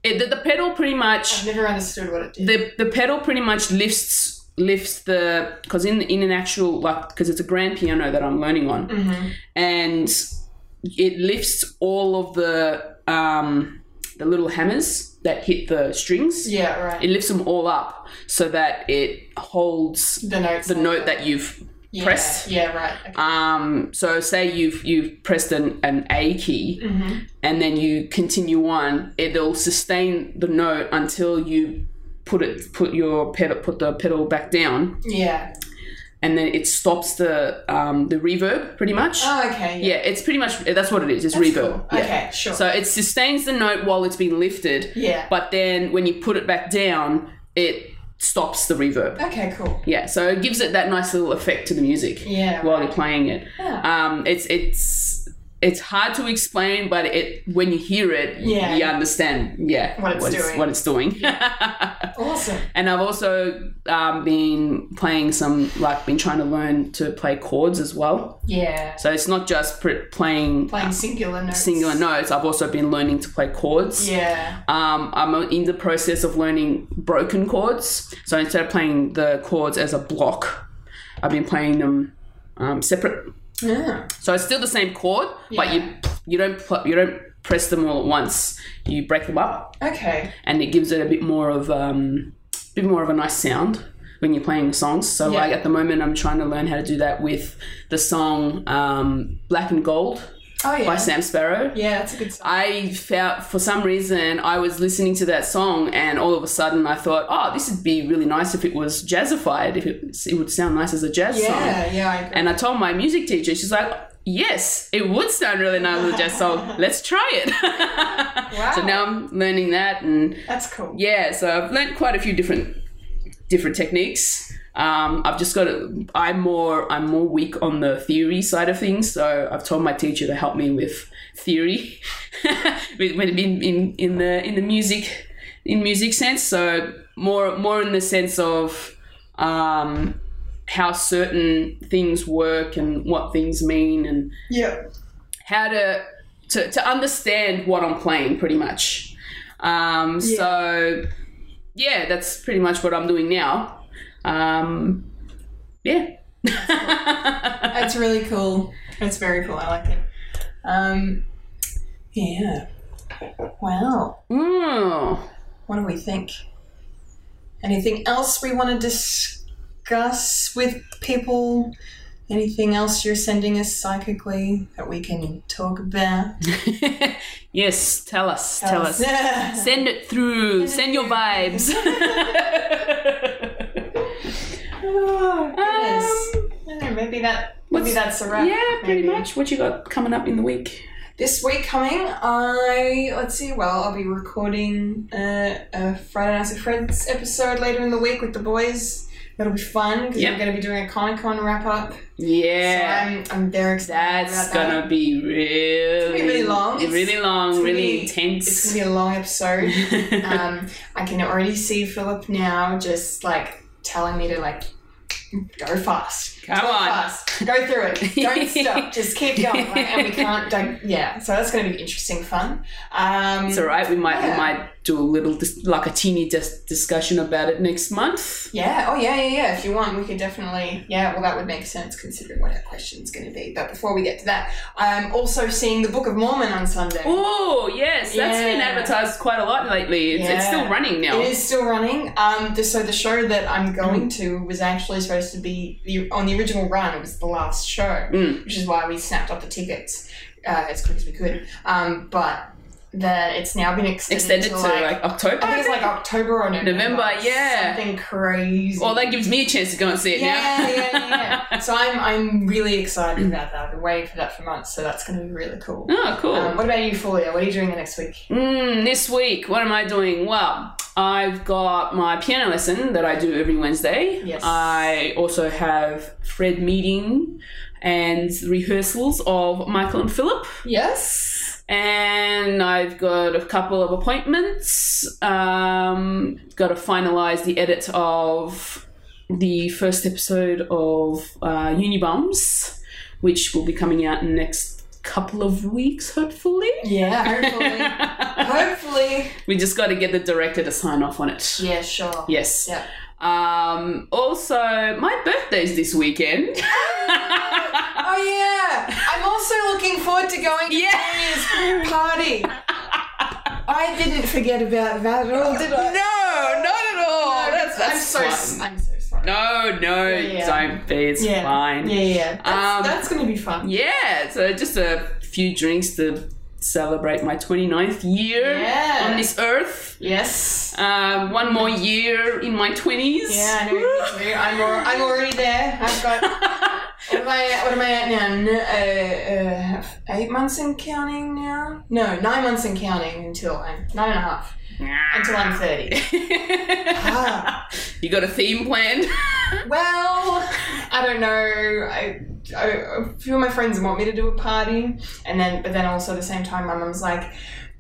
Speaker 2: It, the, the pedal pretty much
Speaker 1: I've never understood what it did.
Speaker 2: the the pedal pretty much lifts lifts the because in in an actual like because it's a grand piano that I'm learning on and it lifts all of the um, the little hammers that hit the strings.
Speaker 1: Yeah, right.
Speaker 2: It lifts them all up so that it holds
Speaker 1: the notes.
Speaker 2: the note that you've
Speaker 1: yeah,
Speaker 2: pressed.
Speaker 1: Yeah, right. Okay.
Speaker 2: Um, so say you've you've pressed an, an A key
Speaker 1: Mm-hmm.
Speaker 2: and then you continue on, it'll sustain the note until you put it put your pedal put the pedal back down
Speaker 1: Yeah.
Speaker 2: and then it stops the um, the reverb pretty much.
Speaker 1: Oh, okay.
Speaker 2: yeah, it's pretty much that's what it is, it's reverb.
Speaker 1: Cool.
Speaker 2: Yeah.
Speaker 1: Okay, sure.
Speaker 2: So it sustains the note while it's being lifted.
Speaker 1: Yeah.
Speaker 2: But then when you put it back down, it stops the reverb.
Speaker 1: okay, cool.
Speaker 2: Yeah, so it gives it that nice little effect to the music
Speaker 1: Yeah.
Speaker 2: while you're playing it.
Speaker 1: Yeah.
Speaker 2: Um, it's it's it's hard to explain, but it when you hear it,
Speaker 1: Yeah.
Speaker 2: you understand. Yeah,
Speaker 1: What it's doing.
Speaker 2: what it's doing.
Speaker 1: Awesome.
Speaker 2: and I've also um, been playing some like been trying to learn to play chords as well.
Speaker 1: Yeah.
Speaker 2: So it's not just pr- playing
Speaker 1: Playing singular notes.
Speaker 2: singular notes. I've also been learning to play chords.
Speaker 1: Yeah.
Speaker 2: Um, I'm in the process of learning broken chords. So instead of playing the chords as a block, I've been playing them um, separate.
Speaker 1: Yeah.
Speaker 2: So it's still the same chord, but you you don't pl- you don't press them all at once. You break them up,
Speaker 1: Okay.
Speaker 2: and it gives it a bit more of um, a bit more of a nice sound when you're playing the songs. So
Speaker 1: Yeah.
Speaker 2: like at the moment, I'm trying to learn how to do that with the song um, "Black and Gold"
Speaker 1: Oh yeah.
Speaker 2: by Sam Sparrow.
Speaker 1: Yeah, that's a good sign.
Speaker 2: I felt for some reason I was listening to that song and all of a sudden I thought, oh, this would be really nice if it was jazzified. If it, it would sound nice as a jazz song.
Speaker 1: Yeah. Yeah. I agree.
Speaker 2: And I told my music teacher, she's like, yes, it would sound really nice as a jazz song. Let's try it.
Speaker 1: Wow.
Speaker 2: So now I'm learning that and
Speaker 1: that's cool.
Speaker 2: yeah, so I've learned quite a few different different techniques. Um, I've just got to, I'm more I'm more weak on the theory side of things, so I've told my teacher to help me with theory with- when in, in in the in the music in music sense. So more more in the sense of um, how certain things work and what things mean and
Speaker 1: Yeah.
Speaker 2: how to to, to understand what I'm playing pretty much. Um, So, yeah, that's pretty much what I'm doing now. Um, yeah.
Speaker 1: That's really cool. That's very cool. I like it. Um, yeah. Wow.
Speaker 2: Mm.
Speaker 1: What do we think? Anything else we want to discuss with people? Anything else you're sending us psychically that we can talk about?
Speaker 2: yes, tell us, tell, us.
Speaker 1: Yeah.
Speaker 2: Send it through. Send your vibes.
Speaker 1: Oh, goodness.
Speaker 2: Um,
Speaker 1: I don't know, maybe that maybe
Speaker 2: what's-
Speaker 1: that's a wrap.
Speaker 2: Um, yeah, pretty
Speaker 1: maybe.
Speaker 2: much. What you got coming up in the week?
Speaker 1: This week coming, I let's see. Well, I'll be recording uh, a Friday Nights with Friends episode later in the week with the boys. That'll be fun because
Speaker 2: Yep.
Speaker 1: we're going to be doing a Comic Con wrap up.
Speaker 2: Yeah.
Speaker 1: so I'm, I'm very excited.
Speaker 2: that's
Speaker 1: about that.
Speaker 2: gonna be really,
Speaker 1: gonna be really long.
Speaker 2: really long,
Speaker 1: gonna
Speaker 2: really
Speaker 1: be- It's
Speaker 2: intense.
Speaker 1: gonna be a long episode. um, I can already see Philip now just like telling me to like go fast.
Speaker 2: Come
Speaker 1: go
Speaker 2: on.
Speaker 1: fast. Go through it. Don't stop. Just keep going. Like, and we can't. Don't, yeah. So that's going to be interesting fun. Um,
Speaker 2: It's all right. We might
Speaker 1: Yeah.
Speaker 2: we might do a little dis- like a teeny dis- discussion about it next month.
Speaker 1: yeah. Oh yeah. Yeah. Yeah. If you want, we could definitely. Yeah. Well, that would make sense considering what our question's going to be. But before we get to that, I'm also seeing the Book of Mormon on Sunday.
Speaker 2: Oh yes, that's been
Speaker 1: Yeah.
Speaker 2: advertised quite a lot lately. It's, it's
Speaker 1: Yeah.
Speaker 2: still running now.
Speaker 1: It is still running. Um, the, so the show that I'm going to was actually supposed to be the, on the original run. It was the last show,
Speaker 2: Mm.
Speaker 1: which is why we snapped up the tickets uh, as quick as we could. Um, but the, it's now been extended,
Speaker 2: Extended
Speaker 1: to,
Speaker 2: to
Speaker 1: like,
Speaker 2: like October.
Speaker 1: I think it's like October or November.
Speaker 2: November, yeah.
Speaker 1: something crazy.
Speaker 2: Well, that gives me a chance to go and see it
Speaker 1: yeah,
Speaker 2: now.
Speaker 1: yeah, yeah, yeah. so I'm I'm really excited about that. I've been waiting for that for months, so that's going to be really cool.
Speaker 2: oh, cool.
Speaker 1: Um, what about you, Folia? What are you doing the next week?
Speaker 2: Mm, this week, what am I doing? Well, I've got my piano lesson that I do every Wednesday.
Speaker 1: Yes.
Speaker 2: I also have Fred meeting and rehearsals of Michael and Philip.
Speaker 1: Yes.
Speaker 2: And I've got a couple of appointments. Um, got to finalize the edit of the first episode of uh, Unibums, which will be coming out in the next couple of weeks, hopefully.
Speaker 1: Yeah, hopefully. Hopefully.
Speaker 2: We just got to get the director to sign off on it.
Speaker 1: Yeah, sure.
Speaker 2: Yes.
Speaker 1: Yeah.
Speaker 2: Um, also, my birthday's this weekend.
Speaker 1: Oh yeah. I'm also looking forward to going to
Speaker 2: Yeah.
Speaker 1: Tanya's party. I didn't forget about that at all, did I?
Speaker 2: not at all.
Speaker 1: I'm so s- I'm so sorry.
Speaker 2: No, no,
Speaker 1: yeah.
Speaker 2: don't be. It's
Speaker 1: yeah.
Speaker 2: fine.
Speaker 1: Yeah, yeah. That's,
Speaker 2: Um,
Speaker 1: that's gonna be fun.
Speaker 2: Yeah, so just a few drinks to celebrate my 29th year
Speaker 1: Yeah.
Speaker 2: on this earth.
Speaker 1: Yes.
Speaker 2: Um, one more year in my 20s.
Speaker 1: Yeah, I know what you do. I'm, al- I'm already there. I've got. What am I, what am I at now? N- uh, uh, eight months and counting now? No, nine months and counting until I'm. Nine and a half. Until I'm 30. Ah.
Speaker 2: you got a theme planned?
Speaker 1: Well, I don't know. I, I, a few of my friends want me to do a party, and then but then also at the same time, my mum's like,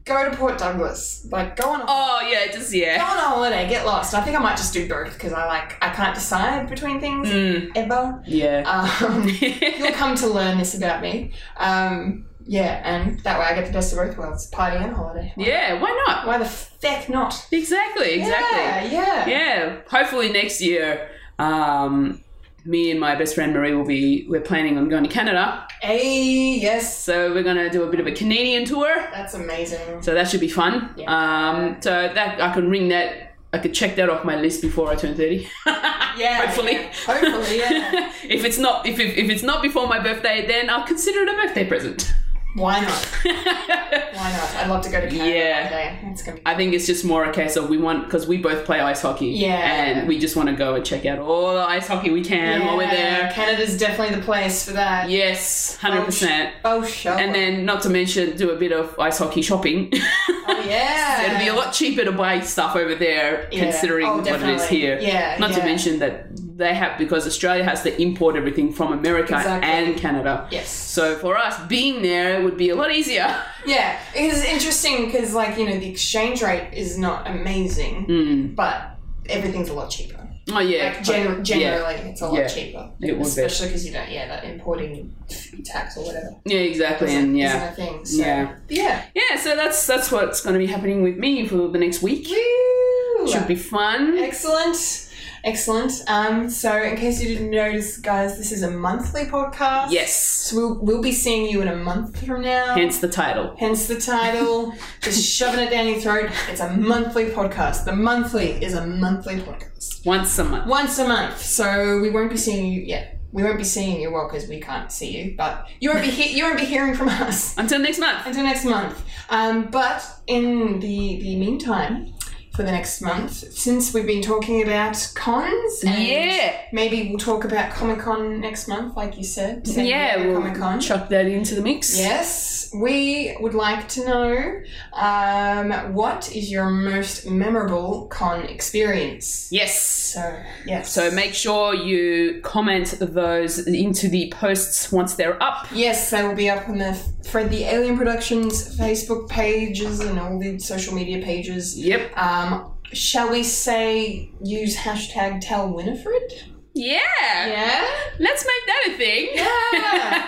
Speaker 1: "Go to Port Douglas, like go on a
Speaker 2: oh, yeah, just
Speaker 1: go
Speaker 2: yeah.
Speaker 1: on a holiday, get lost." I think I might just do both because I like I can't decide between things
Speaker 2: Mm,
Speaker 1: ever.
Speaker 2: yeah.
Speaker 1: Um, you'll come to learn this about me. Um, yeah, and that way I get the best of both worlds: party and holiday.
Speaker 2: yeah, why not?
Speaker 1: Why the feck not?
Speaker 2: Exactly, exactly.
Speaker 1: Yeah. Yeah.
Speaker 2: yeah hopefully next year um me and my best friend marie will be we're planning on going to canada
Speaker 1: Hey, yes,
Speaker 2: so we're going to do a bit of a canadian tour
Speaker 1: that's amazing.
Speaker 2: so that should be fun
Speaker 1: Yeah.
Speaker 2: um so that i can ring that i could check that off my list before i turn 30
Speaker 1: Yeah,
Speaker 2: hopefully
Speaker 1: yeah. Hopefully, yeah.
Speaker 2: if it's not if, if, if it's not before my birthday then i'll consider it a birthday present
Speaker 1: Why not? Why not? I'd love to go to Canada
Speaker 2: Yeah.
Speaker 1: one day. It's gonna be.
Speaker 2: I think it's just more a case of we want because we both play ice hockey,
Speaker 1: Yeah.
Speaker 2: and we just want to go and check out all the ice hockey we can while we're there.
Speaker 1: Canada's definitely the place for that.
Speaker 2: Yes, hundred percent.
Speaker 1: Oh, sure.
Speaker 2: And then, not to mention, do a bit of ice hockey shopping.
Speaker 1: oh, yeah.
Speaker 2: It'll be a lot cheaper to buy stuff over there,
Speaker 1: Yeah.
Speaker 2: considering
Speaker 1: Oh,
Speaker 2: what it is
Speaker 1: definitely.
Speaker 2: here.
Speaker 1: Yeah,
Speaker 2: Not to
Speaker 1: yeah.
Speaker 2: mention that they have because Australia has to import everything from America
Speaker 1: Exactly.
Speaker 2: and Canada.
Speaker 1: Yes.
Speaker 2: So for us, being there would be a lot easier.
Speaker 1: yeah, it's interesting because, like, you know, the exchange rate is not amazing,
Speaker 2: Mm.
Speaker 1: but everything's a lot cheaper.
Speaker 2: Oh yeah,
Speaker 1: Like gen- generally, it's a lot
Speaker 2: Yeah.
Speaker 1: cheaper.
Speaker 2: It would be.
Speaker 1: Especially because you don't, yeah, that importing tax or whatever.
Speaker 2: yeah, exactly,
Speaker 1: isn't-
Speaker 2: and yeah,
Speaker 1: isn't a thing. So,
Speaker 2: Yeah.
Speaker 1: yeah.
Speaker 2: yeah. So that's that's what's going to be happening with me for the next week.
Speaker 1: Woo!
Speaker 2: Should be fun.
Speaker 1: Excellent. Excellent. Um, so, in case you didn't notice, guys, this is a monthly podcast.
Speaker 2: Yes,
Speaker 1: So, we'll, we'll be seeing you in a month from now.
Speaker 2: hence the title.
Speaker 1: Hence the title. Just shoving it down your throat. It's a monthly podcast. The monthly is a monthly podcast.
Speaker 2: Once a month.
Speaker 1: Once a month. So, we won't be seeing you yet. We won't be seeing you, well, because we can't see you, but you won't be, he- you won't be hearing from us
Speaker 2: Until next month.
Speaker 1: until next month. Um, but in the the meantime, for the next month, since we've been talking about cons, and
Speaker 2: Yeah.
Speaker 1: maybe we'll talk about Comic Con next month, like you said. San
Speaker 2: Yeah,
Speaker 1: Diego
Speaker 2: we'll
Speaker 1: Comic Con.
Speaker 2: chuck that into the mix.
Speaker 1: Yes, we would like to know um, what is your most memorable con experience.
Speaker 2: Yes.
Speaker 1: So yes,
Speaker 2: So make sure you comment those into the posts once they're up.
Speaker 1: Yes, they will be up on the Fred the Alien Productions Facebook pages and all the social media pages.
Speaker 2: Yep.
Speaker 1: um, shall we say use hashtag tell Winifred?
Speaker 2: Yeah.
Speaker 1: Yeah.
Speaker 2: Let's make that a thing.
Speaker 1: Yeah.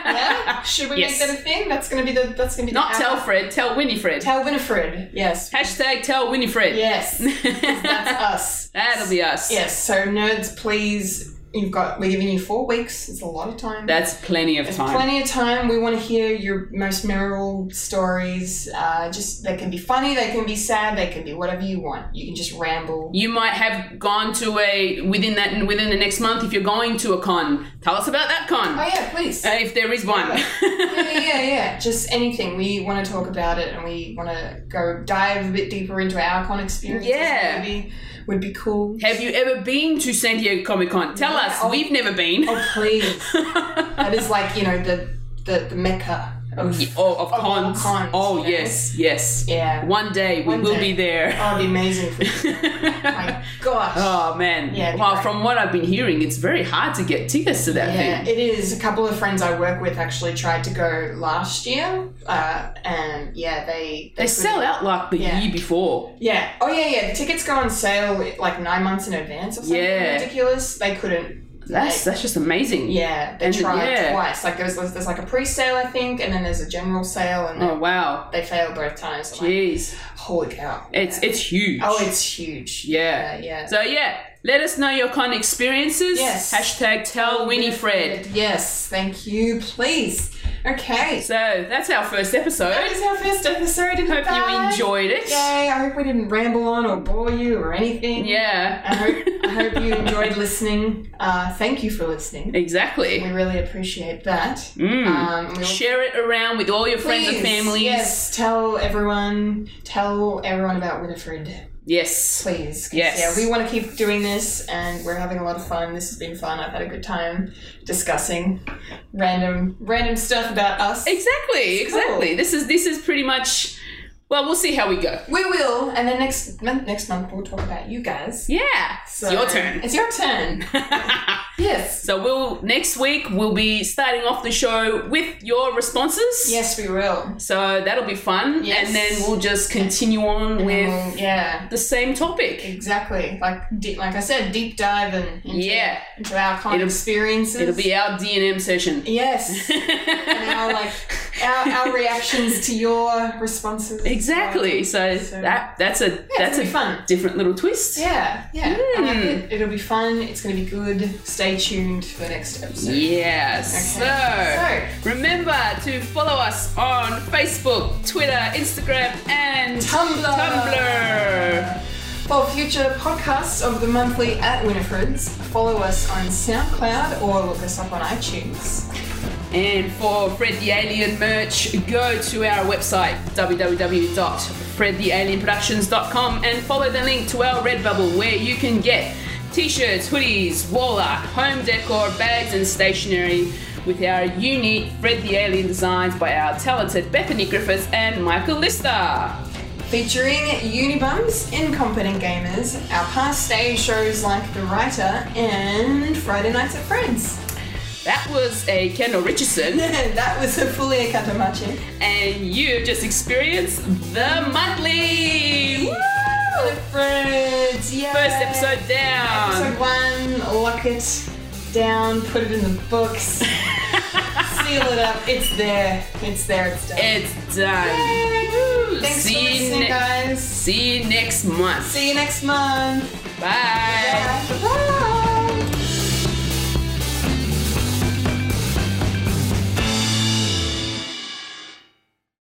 Speaker 1: yeah. Should we
Speaker 2: Yes.
Speaker 1: make that a thing? That's gonna be the that's gonna be the
Speaker 2: Not
Speaker 1: our-
Speaker 2: tell Fred, tell Winifred.
Speaker 1: Tell Winifred. Yes.
Speaker 2: Hashtag tell Winifred.
Speaker 1: Yes. that's us.
Speaker 2: That'll be us.
Speaker 1: Yes, so nerds, please you've got we're giving you four weeks, it's a lot of time.
Speaker 2: That's plenty of time.
Speaker 1: Plenty of time. We want to hear your most memorable stories. Uh, just they can be funny, they can be sad, they can be whatever you want. You can just ramble.
Speaker 2: you might have gone to a within that within the next month if you're going to a con. Tell us about that con.
Speaker 1: Oh yeah, please.
Speaker 2: Uh, if there is one.
Speaker 1: yeah, yeah, yeah. Just anything. We want to talk about it, and we want to go dive a bit deeper into our con experience.
Speaker 2: Yeah.
Speaker 1: maybe would be cool.
Speaker 2: have you ever been to San Diego Comic Con? Tell
Speaker 1: Yeah,
Speaker 2: us.
Speaker 1: oh-
Speaker 2: We've never been.
Speaker 1: Oh please, that is like you know the the, the mecca of
Speaker 2: Yeah, Oh, of cons.
Speaker 1: cons,
Speaker 2: oh,
Speaker 1: yeah.
Speaker 2: yes, yes.
Speaker 1: yeah.
Speaker 2: One day we
Speaker 1: One
Speaker 2: will
Speaker 1: day.
Speaker 2: be there.
Speaker 1: That would be amazing. For you. My gosh.
Speaker 2: oh man.
Speaker 1: Yeah, it'd be
Speaker 2: well,
Speaker 1: great.
Speaker 2: from what I've been hearing, it's very hard to get tickets to that
Speaker 1: Yeah,
Speaker 2: thing.
Speaker 1: it is. A couple of friends I work with actually tried to go last year, uh, and yeah, they
Speaker 2: They
Speaker 1: couldn't-
Speaker 2: sell out like the
Speaker 1: Yeah.
Speaker 2: year before.
Speaker 1: Yeah. Oh yeah, yeah. The tickets go on sale like nine months in advance or something
Speaker 2: Yeah.
Speaker 1: ridiculous. They couldn't.
Speaker 2: That's that's just amazing.
Speaker 1: Yeah, they
Speaker 2: And-
Speaker 1: tried
Speaker 2: yeah.
Speaker 1: twice. Like there's, there's there's like a pre-sale I think, and then there's a general sale, and
Speaker 2: Oh wow.
Speaker 1: they failed both times. I'm like,
Speaker 2: Jeez.
Speaker 1: holy cow!
Speaker 2: It's
Speaker 1: Yeah.
Speaker 2: it's huge.
Speaker 1: oh, it's huge.
Speaker 2: Yeah.
Speaker 1: yeah. yeah.
Speaker 2: So yeah, let us know your con experiences.
Speaker 1: Yes.
Speaker 2: Hashtag tell Winifred.
Speaker 1: Yes, thank you. Please. Okay.
Speaker 2: So that's our first episode.
Speaker 1: That is our first episode. In
Speaker 2: Hope you enjoyed it.
Speaker 1: Yay! I hope we didn't ramble on or bore you or anything.
Speaker 2: Yeah.
Speaker 1: I hope, I hope you enjoyed listening. Uh, thank you for listening. We
Speaker 2: Exactly.
Speaker 1: really appreciate that.
Speaker 2: Mm.
Speaker 1: Um, we will-
Speaker 2: Share it around with all your friends and
Speaker 1: Please,
Speaker 2: families.
Speaker 1: Yes, tell everyone. Tell everyone about Winifred,
Speaker 2: Yes.
Speaker 1: please. 'cause,
Speaker 2: Yes.
Speaker 1: Yeah, we want to keep doing this, and we're having a lot of fun. This has been fun. I've had a good time discussing random random stuff about us.
Speaker 2: Exactly.
Speaker 1: It's
Speaker 2: Exactly.
Speaker 1: cool.
Speaker 2: This is this is pretty much. Well, we'll see how we go.
Speaker 1: We will, and then next month, next month we'll talk about you guys.
Speaker 2: Yeah. it's your turn.
Speaker 1: It's your turn. yes.
Speaker 2: so we'll next week we'll be starting off the show with your responses.
Speaker 1: Yes, we will.
Speaker 2: So that'll be fun.
Speaker 1: Yes.
Speaker 2: And then we'll just continue on with
Speaker 1: We'll- yeah.
Speaker 2: the same topic.
Speaker 1: Exactly. Like deep, like I said, deep dive and into,
Speaker 2: Yeah.
Speaker 1: into our kind
Speaker 2: It'll-
Speaker 1: of experiences.
Speaker 2: It'll be our D and M session.
Speaker 1: yes. and our like our, our reactions to your responses. Um,
Speaker 2: Exactly. So,
Speaker 1: So-
Speaker 2: that that's a that's
Speaker 1: gonna
Speaker 2: a
Speaker 1: be fun.
Speaker 2: different little twist.
Speaker 1: Yeah, yeah. I like
Speaker 2: Mm.
Speaker 1: it. It'll be fun. It's going to be good. Stay tuned for the next episode.
Speaker 2: Yes.
Speaker 1: Okay.
Speaker 2: So, remember to follow us on Facebook, Twitter, Instagram, and
Speaker 1: Tumblr.
Speaker 2: Tumblr.
Speaker 1: For future podcasts of the monthly at Winifred's, follow us on SoundCloud or look us up on iTunes.
Speaker 2: And for Fred the Alien merch, go to our website www.fredthealienproductions.com and follow the link to our Redbubble where you can get t-shirts, hoodies, wall art, home decor, bags and stationery with our unique Fred the Alien designs by our talented Bethany Griffiths and Michael Lister.
Speaker 1: Featuring Unibums, Incompetent Gamers, our past stage shows like The Writer and Friday Nights at Friends.
Speaker 2: That was a Kendall Richardson,
Speaker 1: that was a fully a Katamachi.
Speaker 2: and you have just experienced the monthly. Woo!
Speaker 1: Hello, friends! Yeah.
Speaker 2: First episode down.
Speaker 1: Episode one. Lock it down. Put it in the books. seal it up. It's there. It's there. It's done.
Speaker 2: It's done.
Speaker 1: Yay, woo. Thanks
Speaker 2: See
Speaker 1: for
Speaker 2: you
Speaker 1: listening,
Speaker 2: ne-
Speaker 1: guys.
Speaker 2: See you next month.
Speaker 1: See you next month.
Speaker 2: Bye.
Speaker 1: Bye. Bye.